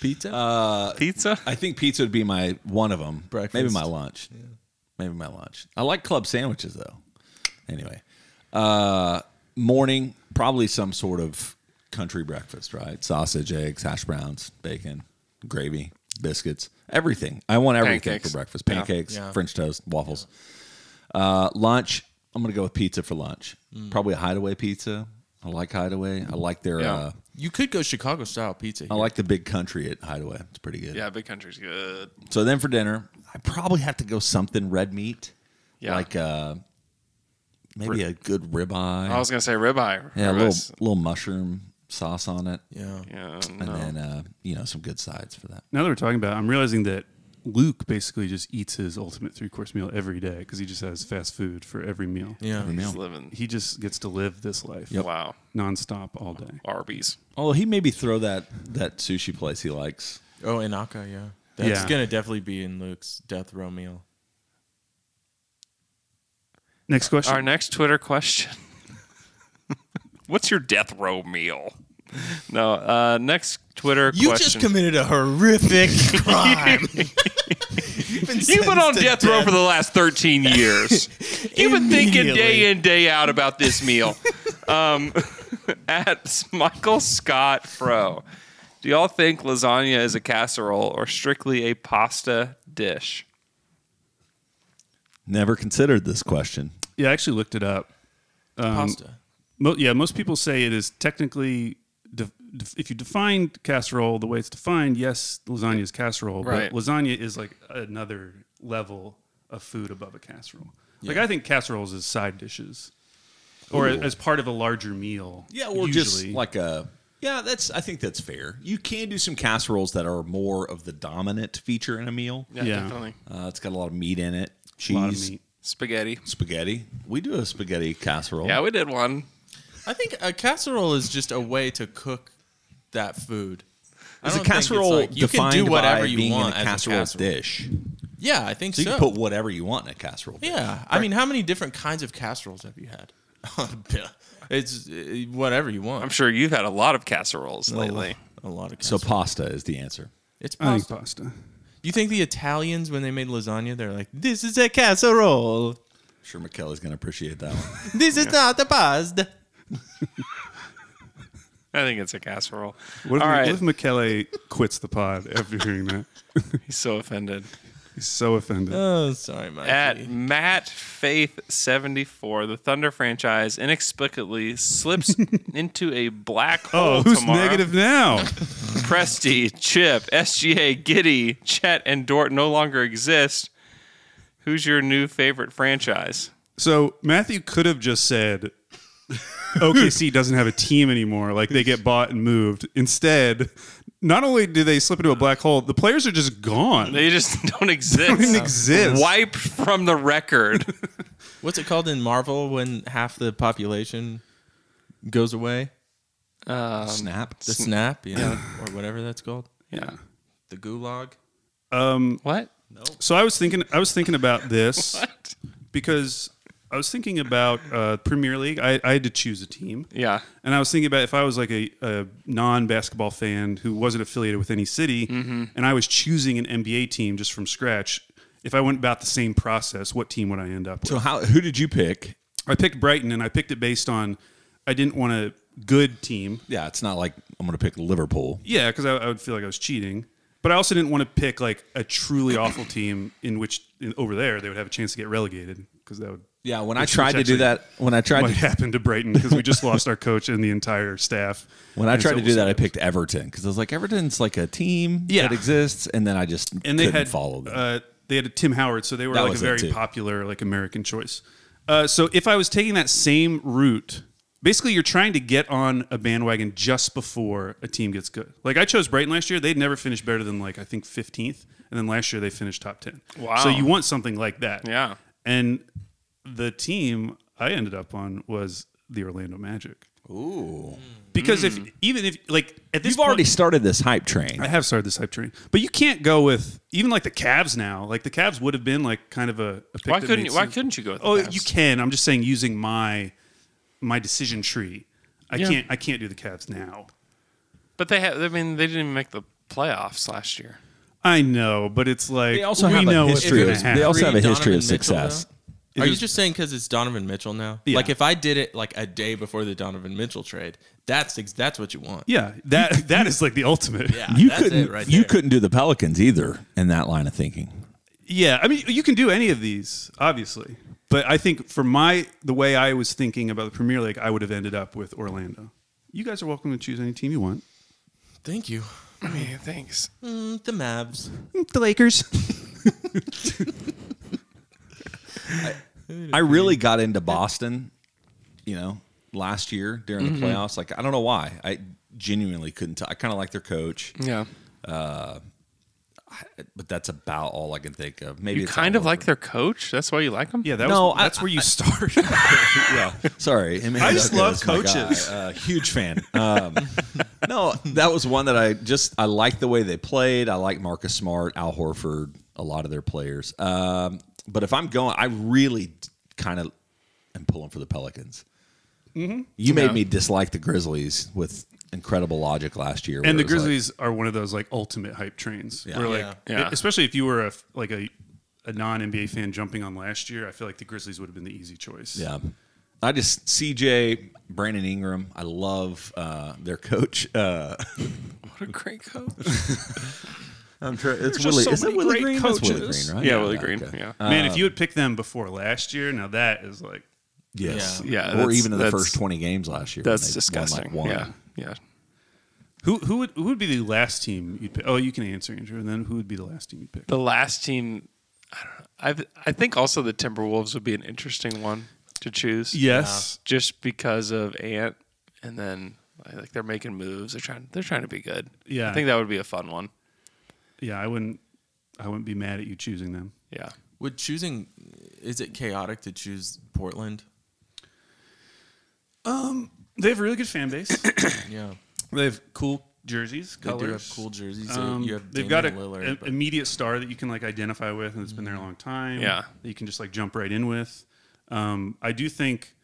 S5: Pizza.
S6: Uh,
S2: pizza.
S6: I think pizza would be my one of them.
S5: Breakfast.
S6: Maybe my lunch. Maybe my lunch. I like club sandwiches though. Anyway, uh, morning probably some sort of country breakfast, right? Sausage, eggs, hash browns, bacon, gravy, biscuits, everything. I want everything
S2: Pancakes.
S6: for breakfast:
S2: Yeah.
S6: pancakes,
S2: Yeah.
S6: French toast, waffles. Uh, lunch. I'm gonna go with pizza for lunch.
S5: Mm.
S6: Probably a Hideaway pizza. I like Hideaway. I like their.
S2: Yeah.
S6: Uh,
S5: you could go Chicago style pizza.
S6: I like the big country at Hideaway. It's pretty good.
S2: Yeah, big country's good.
S6: So then for dinner, I probably have to go something red meat.
S2: Yeah.
S6: Like uh maybe a good ribeye.
S2: I was gonna say ribeye.
S6: Yeah, a
S2: Ribeyes.
S6: little little mushroom sauce on it.
S5: Yeah.
S2: Yeah.
S6: And then uh, you know, some good sides for that.
S7: Now that we're talking about, it, I'm realizing that Luke basically just eats his ultimate three course meal every day because he just has fast food for every meal.
S5: Yeah. Every
S2: meal. He's living-
S7: He just gets to live this life.
S6: Yep.
S2: Wow.
S7: Nonstop all day.
S2: Arby's.
S6: Although he maybe throw that that sushi place he likes.
S5: Oh, Inaka, yeah. That's
S6: Yeah.
S5: gonna definitely be in Luke's death row meal.
S7: Next question.
S2: Our next Twitter question. What's your death row meal? No, uh, next Twitter
S5: You
S2: question.
S5: just committed a horrific crime.
S2: You've
S5: been,
S2: on
S5: sentenced to
S2: death row for the last 13 years. You've been thinking
S5: Immediately.
S2: day in, day out about this meal. um, at Michael Scott Fro, do y'all think lasagna is a casserole or strictly a pasta dish?
S6: Never considered this question.
S7: Yeah, I actually looked it up. Um,
S5: Pasta.
S7: Mo- yeah, most people say it is technically. De- de- if you define casserole the way it's defined, yes, lasagna is casserole,
S2: Right.
S7: but lasagna is like another level of food above a casserole. Like
S2: Yeah.
S7: I think casseroles is side dishes, or
S6: Ooh.
S7: as part of a larger meal.
S6: Yeah, or just
S7: usually.
S6: like a yeah, that's I think that's fair. You can do some casseroles that are more of the dominant feature in a meal.
S2: Yeah, Yeah. definitely.
S6: Uh, it's got a lot of meat in it. Cheese,
S2: lot of meat. Spaghetti.
S6: spaghetti. We do a spaghetti casserole.
S2: Yeah, we did one.
S5: I think a casserole is just a way to cook that food. I
S6: Is a
S5: don't think it's
S6: casserole
S5: like- you
S6: defined
S5: can do whatever
S6: by
S5: you
S6: being
S5: want
S6: in a
S5: as
S6: casserole, dish?
S5: Yeah, I think
S6: so. You
S5: so.
S6: can put whatever you want in a casserole. dish.
S5: Yeah, I mean, how many different kinds of casseroles have you had? it's uh, whatever you want.
S2: I'm sure you've had a lot of casseroles lately.
S5: A lot of
S6: So pasta is the answer.
S5: It's
S7: I
S5: pasta.
S7: think pasta.
S5: You think the Italians, when they made lasagna, they're like, "This is a casserole.
S6: sure McKellar's going to appreciate that one.
S5: This is not a pasta."
S2: I think it's a casserole.
S7: What if,
S2: All right.
S7: what if Michele quits the pod after hearing that?
S2: He's so offended.
S7: He's so offended.
S2: Uh,
S5: Oh, sorry, Mike.
S2: At Matt Faith 74, the Thunder franchise inexplicably slips into a black hole
S7: oh, who's
S2: tomorrow.
S7: negative now?
S2: Presti, Chip, SGA, Giddy, Chet, and Dort no longer exist. Who's your new favorite franchise?
S7: So Matthew could have just said OKC doesn't have a team anymore. Like they get bought and moved. Instead, not only do they slip into a black hole, the players are just gone.
S2: They just don't exist.
S7: Don't even exist.
S2: Wiped from the record.
S5: What's it called in Marvel when half the population goes away?
S2: Um,
S6: Snap.
S5: The snap, yeah, or whatever that's called.
S7: Yeah.
S5: The gulag.
S7: Um,
S2: what?
S7: So I was thinking. I was thinking about this because I was thinking about uh, Premier League. I, I had to choose a team.
S2: Yeah.
S7: And I was thinking about if I was like a, a non basketball fan who wasn't affiliated with any city,
S6: Mm-hmm.
S2: Mhm.
S7: and I was choosing an NBA team just from scratch. If I went about the same process, what team would I end up with?
S6: So how? Who did you pick?
S7: I picked Brighton, and I picked it based on I didn't want a good team.
S6: Yeah, it's not like I'm going to pick Liverpool.
S7: Yeah, because I, I would feel like I was cheating. But I also didn't want to pick like a truly awful team in which in, over there they would have a chance to get relegated because that would.
S6: Yeah, when I
S7: which-
S6: tried
S7: which
S6: to do that-
S7: actually
S6: when I tried
S7: might
S6: to-
S7: happen to Brighton because we just lost our coach and the entire staff.
S6: When I
S7: And
S6: tried
S7: so
S6: to
S7: we'll
S6: do that, I picked Everton because I was like, Everton's like a team
S7: Yeah.
S6: that exists, and then I just
S7: and they
S6: couldn't
S7: had
S6: follow them.
S7: Uh, they had a Tim Howard, so they were
S6: That
S7: like a
S6: was it,
S7: very
S6: too.
S7: popular like American choice. Uh, so if I was taking that same route, basically you're trying to get on a bandwagon just before a team gets good. Like I chose Brighton last year; they'd never finished better than like I think 15th, and then last year they finished top 10.
S2: Wow.
S7: So you want something like that?
S2: Yeah.
S7: And the team I ended up on was the Orlando Magic.
S6: Ooh.
S7: Because
S2: Hmm.
S7: if even if like at this
S6: You've already
S7: point-
S6: started this hype train.
S7: I have started this hype train, but you can't go with even like the Cavs now. Like the Cavs would have been like kind of a, a pick
S2: Why
S7: that
S2: couldn't
S7: made
S2: you- why
S7: sense.
S2: couldn't you go with the
S7: Oh,
S2: Cavs?
S7: you can. I'm just saying using my my decision tree. I
S2: Yeah.
S7: can't. I can't do the Cavs now.
S2: But they had. I mean, they didn't even make the playoffs last year.
S7: I know, but it's like
S2: They also
S7: we
S2: have a
S7: know what's
S6: history
S7: gonna
S6: of- they
S7: happen.
S6: also have a
S7: Donovan
S6: history of
S7: Mitchell,
S6: success.
S7: though?
S6: It
S5: Are you
S6: was-
S5: just saying because it's Donovan Mitchell now?
S7: Yeah.
S5: Like if I did it like a day before the Donovan Mitchell trade, that's ex- that's what you want.
S7: Yeah, that that is like the ultimate.
S5: Yeah,
S6: you
S5: that's it
S6: couldn't.
S5: right
S6: you
S5: there.
S6: couldn't do the Pelicans either in that line of thinking.
S7: Yeah, I mean, you can do any of these, obviously, but I think for my the way I was thinking about the Premier League, I would have ended up with Orlando. You guys are welcome to choose any team you want.
S5: Thank you.
S2: I mean, thanks.
S5: Mm, the Mavs.
S7: Mm, The Lakers.
S6: I really got into Boston, you know, last year during
S2: Mhm.
S6: the playoffs. Like I don't know why. I genuinely couldn't. tell. I kind of like their coach.
S2: Yeah.
S6: Uh, I- but that's about all I can think of. Maybe
S2: you
S6: it's
S2: kind
S6: all
S2: of like their coach. That's why you like him.
S7: Yeah, that was, that's where you start.
S6: yeah. Sorry. Emmanuel
S7: I just
S6: Douglas, my
S7: love
S6: guy.
S7: coaches.
S6: Uh, huge fan. Um, no, that was one that I just I liked the way they played. I like Marcus Smart, Al Horford, a lot of their players. Um, but if I'm going, I really kind of am pulling for the Pelicans.
S7: Mhm.
S6: You made
S7: Yeah.
S6: me dislike the Grizzlies with incredible logic last year. where
S7: and the
S6: it was like-
S7: Grizzlies are one of those like ultimate hype trains.
S6: Yeah.
S7: Where like,
S6: Yeah. Yeah.
S7: especially if you were a like a, a non NBA fan jumping on last year, I feel like the Grizzlies would have been the easy choice.
S6: Yeah. I just CJ Brandon Ingram. I love uh, their coach. Uh,
S2: What a great coach.
S6: I'm trying. It's
S2: There's
S6: Willie.
S2: just so
S6: is it
S2: many
S6: Willie
S2: great
S6: Green? That's Willie
S2: coaches.
S6: Green, right?
S2: Yeah, Willie Green, yeah.
S7: Man,
S6: Um,
S7: if you had picked them before last year, now that is like
S6: Yes.
S2: Yeah.
S6: or
S2: that's-
S6: even in the
S2: that's-
S6: first 20 games last year. when
S2: That's
S6: they won, like,
S2: disgusting.
S6: one.
S2: Yeah. Yeah.
S7: Who who would who would be the last team you'd pick? Oh, you can answer Andrew. And then who would be the last team you'd pick?
S2: The last team. I don't know. I I think also the Timberwolves would be an interesting one to choose.
S7: Yes.
S2: Just because of Ant, and then like they're making moves. They're trying. They're trying to be good.
S7: Yeah.
S2: I think that would be a fun one.
S7: Yeah, I wouldn't I wouldn't be mad at you choosing them.
S2: Yeah.
S5: Would choosing is it chaotic to choose Portland?
S7: Um, they have a really good fan base.
S5: Yeah.
S7: They have cool jerseys,
S5: They do
S7: colors. Um,
S5: have cool jerseys. They- you have
S7: they've got a,
S5: Damian
S7: a-
S5: Lillard, but- Mm.
S7: immediate star that you can like identify with, and it's been there a long time.
S2: Yeah.
S7: that you can just like jump right in with. Um, I do think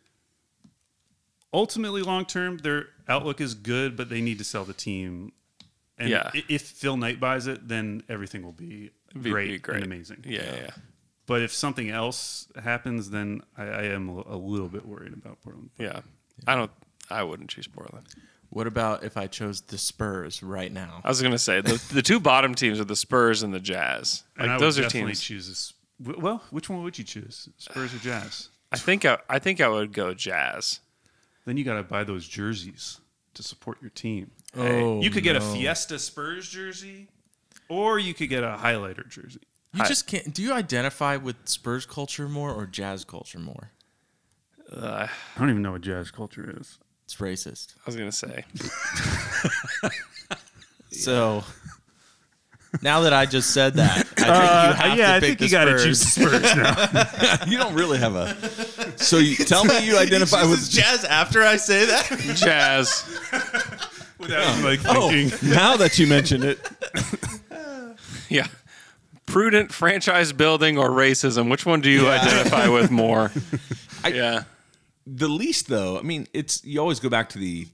S7: ultimately long term their outlook is good, but they need to sell the team. And
S2: Yeah.
S7: i- if Phil Knight buys it, then everything will be,
S2: Be- be
S7: great,
S2: great.
S7: and amazing.
S2: Yeah, yeah, yeah.
S7: But if something else happens, then I, I am a little bit worried about Portland.
S2: Yeah. I don't. I wouldn't choose Portland.
S5: What about if I chose the Spurs right now?
S2: I was gonna say the, the two bottom teams are the Spurs and the Jazz. Like
S7: And I would
S2: those are
S7: definitely
S2: teams.
S7: choose this. w- Well, which one would you choose, Spurs or Jazz?
S2: I think I, I think I would go Jazz.
S7: Then you got to buy those jerseys to support your team.
S2: Oh,
S7: you could get
S2: no.
S7: a Fiesta Spurs jersey, or you could get a highlighter jersey.
S5: You just can't. Do you identify with Spurs culture more or Jazz culture more?
S2: Uh,
S7: I don't even know what jazz culture is.
S5: It's racist.
S2: I was gonna say.
S5: So now that I just said that, I think
S6: Uh,
S5: you have
S6: yeah,
S5: to
S6: I
S5: pick
S6: think
S5: the
S6: you gotta
S5: Spurs.
S6: choose Spurs now. You don't really have a- So you- tell me you identify
S5: He
S6: with-
S5: chooses Jazz after I say that?
S2: Jazz.
S7: Without like
S6: Oh,
S7: thinking.
S6: now that you mention it,
S2: Yeah. Prudent franchise building or racism? Which one do you identify with more? yeah.
S6: The least though, I mean, it's you always go back to the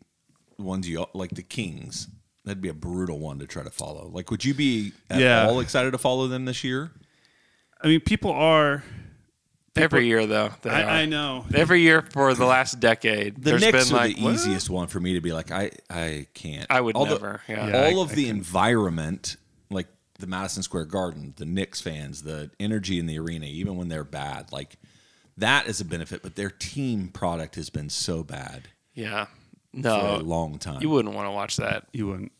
S6: ones you like the Kings. That'd be a brutal one to try to follow. Like, would you be at
S7: Yeah.
S6: all excited to follow them this year?
S7: I mean, people are. people-
S2: every year though. they
S7: I-
S2: are.
S7: I know.
S2: Every year for the last decade,
S6: The
S2: there's
S6: Knicks
S2: been
S6: are
S2: like
S6: the
S2: what?
S6: easiest one for me to be like, I, I can't.
S2: I would
S6: Although-
S2: never, yeah.
S6: all
S2: Yeah, I-
S6: of
S2: I
S6: the environment, like the Madison Square Garden, the Knicks fans, the energy in the arena, even when they're bad, like that is a benefit. But their team product has been so bad.
S2: Yeah. No.
S6: For a long time.
S2: You wouldn't want to watch that.
S7: Uh, You wouldn't.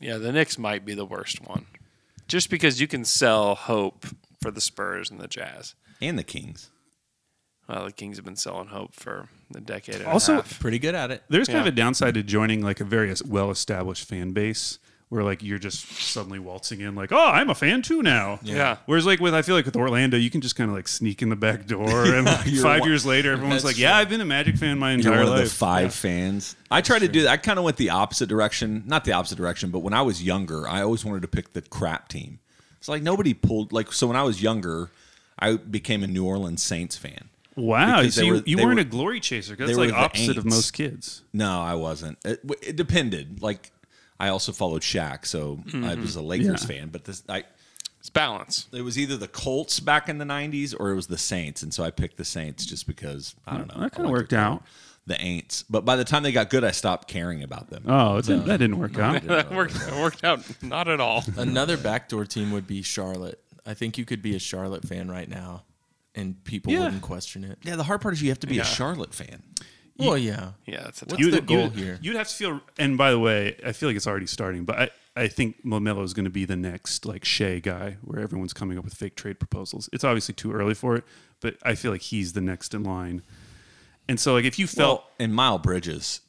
S2: Yeah, the Knicks might be the worst one. Just because you can sell hope for the Spurs and the Jazz.
S6: And the Kings.
S2: Well, the Kings have been selling hope for a decade and a
S7: also
S2: half.
S5: pretty good at it.
S7: There's kind
S2: Yeah.
S7: of a downside to joining like a very well established fan base where like you're just suddenly waltzing in like, oh, I'm a fan too now.
S2: Yeah. Yeah.
S7: Whereas like with I feel like with Orlando, you can just kind of like sneak in the back door and like,
S6: You're
S7: five
S6: one-
S7: years later everyone's
S6: That's
S7: like, Yeah, I've been a Magic fan my entire
S6: You're one
S7: life.
S6: of the five fans. I tried to do that. I kind of went the opposite direction. Not the opposite direction, but when I was younger, I always wanted to pick the crap team. It's like nobody pulled like so when I was younger, I became a New Orleans Saints fan.
S7: Wow,
S6: Because
S7: so
S6: they
S7: you,
S6: were-
S7: you
S6: they
S7: weren't
S6: were-
S7: a glory chaser. 'cause
S6: they
S7: That's
S6: were
S7: like
S6: the
S7: opposite of
S6: Aints.
S7: most kids.
S6: No, I wasn't. It, w- it depended. Like I also followed Shaq, so I
S7: Mhm.
S6: was a Lakers
S7: Yeah.
S6: fan. But this, I
S2: it's balance.
S6: It was either the Colts back in the '90s or it was the Saints, and so I picked the Saints just because I don't know.
S7: That
S6: I
S7: kinda
S6: liked
S7: worked
S6: the-
S7: out.
S6: The Aints, but by the time they got good, I stopped caring about them.
S7: Oh, it didn't- that didn't work
S6: No,
S7: out.
S6: it didn't
S2: that worked, that worked out not at all.
S5: Another backdoor team would be Charlotte. I think you could be a Charlotte fan right now, and people
S6: Yeah.
S5: wouldn't question it.
S6: Yeah, the hard part is you have to be
S5: Yeah.
S6: a Charlotte fan.
S5: Well, yeah, What's
S7: You'd-
S5: the goal
S7: you'd-
S5: here?
S7: You'd have to feel. And by the way, I feel like it's already starting, but I, I think Lomelo is going to be the next like Shea guy, where everyone's coming up with fake trade proposals. It's obviously too early for it, but I feel like he's the next in line. And so, like, if you felt
S6: Well, and Mile Bridges,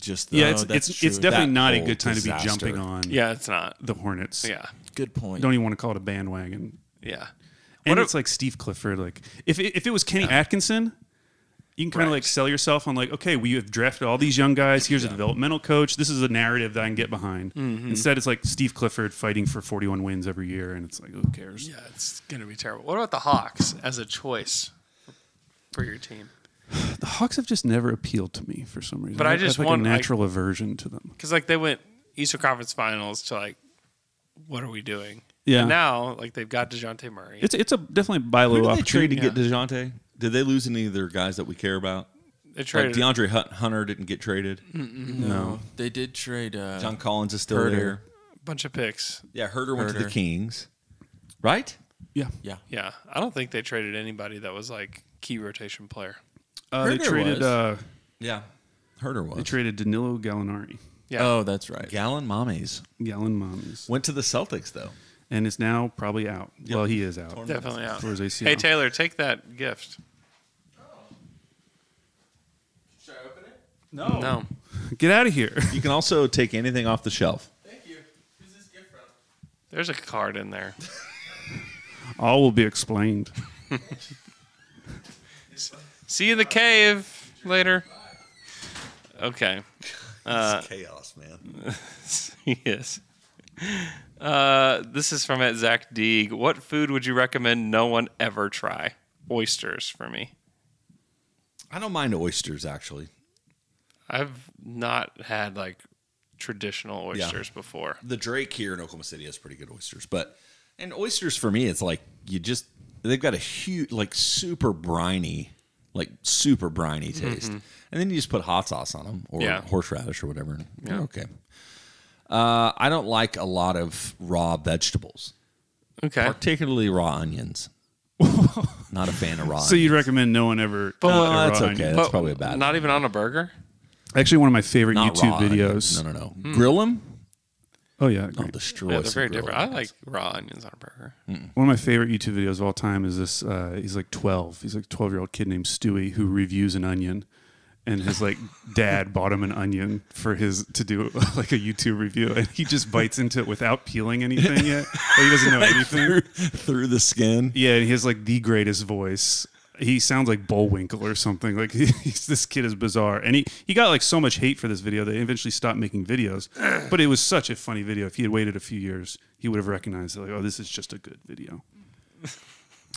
S6: just the,
S7: yeah, it's it's, it's definitely not a good time to be jumping on.
S2: Yeah, it's not.
S7: the Hornets.
S2: Yeah.
S5: Good point.
S7: Don't even want to call it a bandwagon.
S2: Yeah.
S7: and it's like Steve Clifford. Like if it, if it was Kenny Atkinson, you can kind of like sell yourself on like, okay, we have drafted all these young guys. Here's a developmental coach. This is a narrative that I can get behind.
S2: Mhm.
S7: Instead, it's like Steve Clifford fighting for 41 wins every year, and it's like, who cares?
S2: Yeah, it's gonna be terrible. What about the Hawks as a choice for your team?
S7: The Hawks have just never appealed to me for some reason.
S2: But I
S7: have,
S2: just
S7: like
S2: want-
S7: a
S2: I-
S7: natural aversion to them.
S2: Because like they went Eastern Conference Finals to like, what are we doing?
S7: Yeah.
S2: And now like they've got Dejounte Murray.
S7: It's it's a definitely buy low
S6: Who did they trade
S7: opportunity.
S6: to get Dejounte? Did they lose any of their guys that we care about?
S2: They traded-
S6: like DeAndre Hunt- Hunter didn't get traded.
S5: Mm-mm. No. They did trade. Uh,
S6: John Collins is still
S5: Herter.
S6: there.
S2: bunch of picks.
S6: Yeah, Herder went to the
S5: Herter.
S6: Kings, right?
S7: Yeah,
S5: yeah.
S2: Yeah, I don't think they traded anybody that was like key rotation player.
S7: Uh, they traded. Uh,
S6: yeah, Herder
S7: They
S6: was.
S7: traded Danilo Gallinari.
S2: Yeah.
S5: Oh, that's right.
S6: Gallon mommies.
S7: Gallon mommies
S6: went to the Celtics though,
S7: and is now probably out. Well, he is out.
S2: Definitely out.
S7: For his ACL.
S2: Hey Taylor, take that gift.
S7: No.
S2: No.
S7: Get out of here.
S6: You can also take anything off the shelf.
S2: There's a card in there.
S7: All will be explained.
S2: See you in the cave later. Okay.
S6: chaos, man.
S2: yes. Uh, this is from at Zach Deeg. What food would you recommend no one ever try? Oysters for me.
S6: I don't mind oysters actually.
S2: I've not had like traditional
S6: Yeah.
S2: oysters before.
S6: The Drake here in Oklahoma City has pretty good oysters, but and oysters for me, it's like you just they've got a huge, like super briny, like super briny taste,
S2: Mhm.
S6: and then you just put hot sauce on them or
S2: Yeah.
S6: horseradish or whatever. and they're
S2: Yeah.
S6: Okay. Uh, I don't like a lot of raw vegetables.
S2: Okay.
S6: Particularly raw onions. Not a fan of raw.
S7: So you'd recommend no one ever?
S6: But uh,
S7: eat
S6: what-
S7: a raw
S6: that's
S7: onion?
S6: okay. That's probably a bad.
S2: Not even on a burger?
S7: Actually, one of my favorite
S6: Not
S7: YouTube
S6: raw
S7: videos.
S6: onions. No, no, no. Grill them.
S7: Oh yeah,
S6: I'll
S7: great.
S6: destroy.
S2: Yeah, they're
S6: some
S2: very
S6: grilled
S2: different. I
S6: onions.
S2: like raw onions on a burger.
S7: One of my favorite YouTube videos of all time is this. Uh, he's like 12. He's like a 12 year old kid named Stewie who reviews an onion, and his like dad bought him an onion for his to do like a YouTube review, and he just bites into it without peeling anything yet. Like, he doesn't know
S6: Right
S7: anything
S6: through the skin.
S7: Yeah, and he has like the greatest voice. He sounds like Bullwinkle or something. Like he's, this kid is bizarre, and he he got like so much hate for this video. They eventually stopped making videos, but it was such a funny video. If he had waited a few years, he would have recognized it. Like, oh, this is just a good video.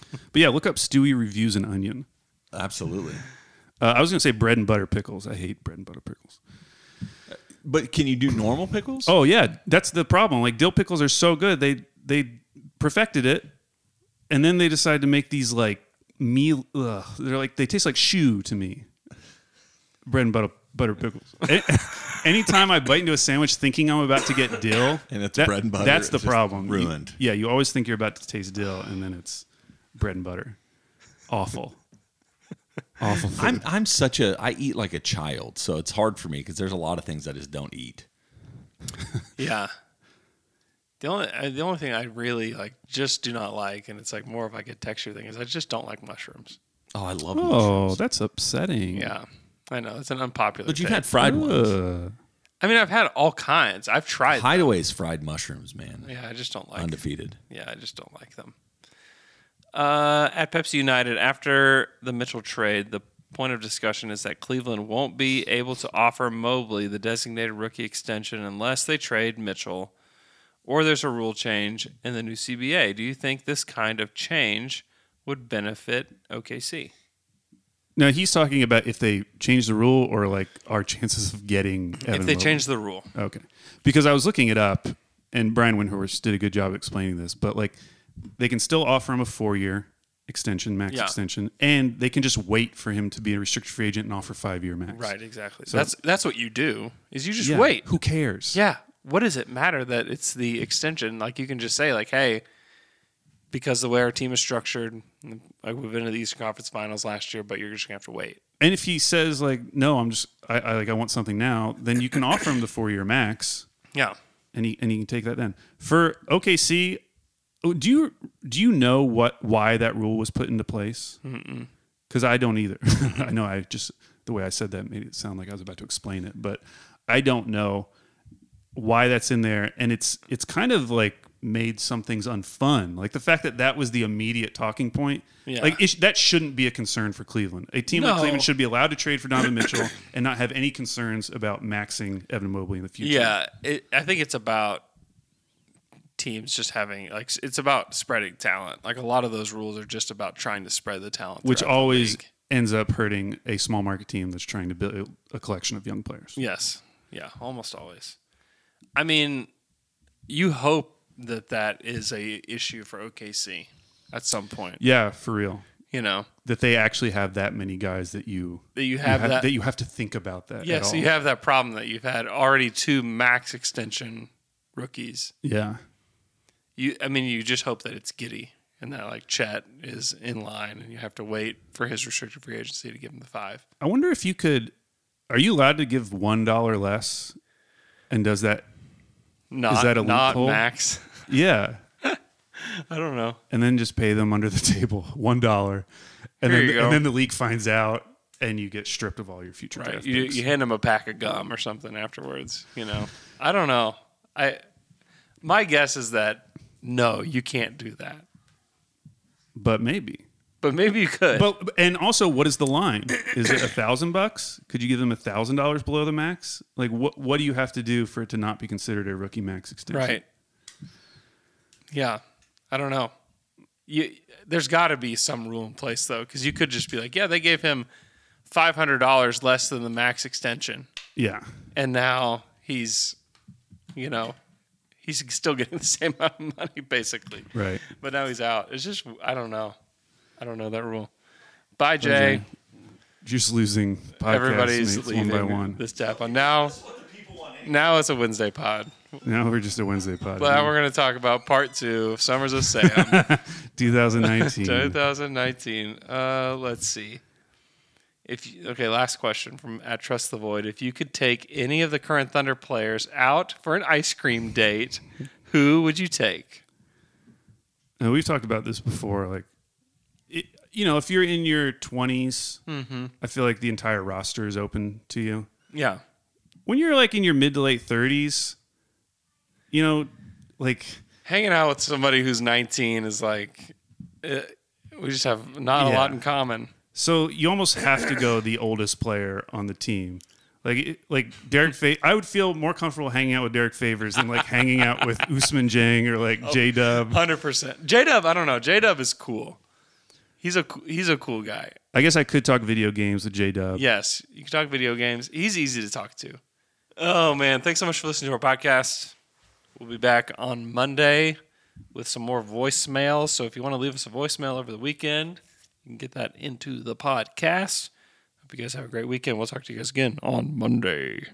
S7: but yeah, look up Stewie reviews an onion.
S6: Absolutely.
S7: Uh, I was gonna say bread and butter pickles. I hate bread and butter pickles.
S6: But can you do normal pickles?
S7: Oh yeah, that's the problem. Like dill pickles are so good, they they perfected it, and then they decide to make these like meal. Ugh, they're like they taste like shoe to me. Bread and butter butter pickles. A- Anytime I bite into a sandwich thinking I'm about to get dill,
S6: And it's bread and butter.
S7: That's
S6: It's
S7: the
S6: just
S7: problem. You-
S6: ruined.
S7: yeah, you always think you're about to taste dill, and then it's bread and butter. Awful.
S6: Awful. I'm I'm such a I eat like a child, so it's hard for me because there's a lot of things I just don't eat.
S2: Yeah. The only uh, the only thing I really like just do not like, and it's like more of like a texture thing, is I just don't like mushrooms.
S6: Oh, I love
S7: Oh, that's upsetting.
S2: Yeah, I know it's an unpopular.
S6: But you've
S2: take.
S6: had fried ones.
S7: Ugh.
S2: I mean, I've had all kinds. I've tried. them.
S6: Hideaway's fried mushrooms, man.
S2: Yeah, I just don't like
S6: Undefeated.
S2: Yeah, I just don't like them. Uh, at Pepsi United, after the Mitchell trade, the point of discussion is that Cleveland won't be able to offer Mobley the designated rookie extension unless they trade Mitchell or there's a rule change in the new CBA. Do you think this kind of change would benefit OKC?
S7: Now he's talking about if they change the rule or like our chances of getting. Evan
S2: they
S7: Mobley.
S2: change the rule.
S7: Okay, because I was looking it up, and Brian Windhorst did a good job explaining this. But like, they can still offer him a four-year extension, max
S2: Yeah.
S7: extension, and they can just wait for him to be a restricted free agent and offer five-year max.
S2: Right, exactly.
S7: So-
S2: that's that's what you do. Is you just
S7: Yeah,
S2: wait.
S7: Who cares?
S2: Yeah. What does it matter that it's the extension? Like you can just say like, hey, because the way our team is structured, like we've been to the Eastern Conference Finals last year, but you're just gonna have to wait.
S7: And if he says like, no, I'm just I, I like I want something now, then you can offer him the four-year max.
S2: Yeah.
S7: and he and he can take that then for OKC. oh, Do you do you know what why that rule was put into place?
S2: Mm-mm.
S7: Because I don't either. I know I just the way I said that made it sound like I was about to explain it, but I don't know why that's in there, and it's it's kind of like made some things unfun, like the fact that that was the immediate talking point.
S2: Yeah.
S7: Like it, sh- that shouldn't be a concern for Cleveland. A team like
S2: No.
S7: Cleveland should be allowed to trade for Donovan Mitchell and not have any concerns about maxing Evan Mobley in the future.
S2: Yeah. It, I think it's about teams just having like it's about spreading talent. Like a lot of those rules are just about trying to spread the talent.
S7: which
S2: throughout the
S7: always
S2: league.
S7: ends up hurting a small market team that's trying to build a collection of young players.
S2: Yes. Yeah, almost always. I mean, you hope that that is a issue for OKC at some point.
S7: Yeah, for real.
S2: You know.
S7: that they actually have that many guys that you
S2: That you have that-
S7: you have to think about that.
S2: Yeah,
S7: at
S2: so
S7: all.
S2: you have that problem that you've had already two max extension rookies.
S7: Yeah.
S2: You I mean, you just hope that it's Giddy and that like Chet is in line and you have to wait for his restricted free agency to give him the five.
S7: I wonder if you could. Are you allowed to give one dollar less? And does that
S2: Not
S7: is that a
S2: not
S7: loophole?
S2: max.
S7: Yeah,
S2: I don't know.
S7: and then just pay them under the table one dollar, and
S2: Here
S7: then
S2: you go.
S7: and then the league finds out, and you get stripped of all your future
S2: Right.
S7: draft
S2: You,
S7: picks.
S2: you hand him a pack of gum or something afterwards, you know. I don't know. I my guess is that no, you can't do that.
S7: but maybe.
S2: But maybe you could.
S7: But and also, what is the line? Is it a thousand bucks? Could you give them a thousand dollars below the max? Like, what what do you have to do for it to not be considered a rookie max extension?
S2: Right. Yeah. I don't know. You, there's got to be some rule in place though, because you could just be like, yeah, they gave him five hundred dollars less than the max extension,
S7: Yeah.
S2: and now he's, you know, he's still getting the same amount of money basically.
S7: Right.
S2: But now he's out. It's just I don't know. I don't know that rule. Bye, Jay.
S7: Just losing podcast
S2: Everybody's
S7: mates
S2: leaving
S7: one by one.
S2: this tap on now. Now it's a Wednesday pod.
S7: Now we're just a Wednesday pod.
S2: Well, we're going to talk about part two of Summers of Sam.
S7: 2019.
S2: 2019. Uh, let's see. If you, okay, last question from at Trust the Void. If you could take any of the current Thunder players out for an ice cream date, who would you take?
S7: And we've talked about this before. Like, it, you know, if you're in your 20s,
S2: Mhm.
S7: I feel like the entire roster is open to you.
S2: Yeah.
S7: When you're like in your mid to late 30s, you know, like
S2: Hanging out with somebody who's 19 is like uh, we just have not a
S7: Yeah.
S2: lot in common.
S7: So you almost have to go the oldest player on the team. Like it- like Derek Fa- I would feel more comfortable hanging out with Derek Favors than like hanging out with Usman Jang or like J Dub.
S2: Hundred percent. J Dub, I don't know. J Dub is cool. He's a coo- he's a cool guy.
S7: I guess I could talk video games with J Dub.
S2: Yes, you can talk video games. He's easy to talk to. Oh man, thanks so much for listening to our podcast. We'll be back on Monday with some more voicemails. So if you want to leave us a voicemail over the weekend, You can get that into the podcast. Hope you guys have a great weekend. We'll talk to you guys again on Monday.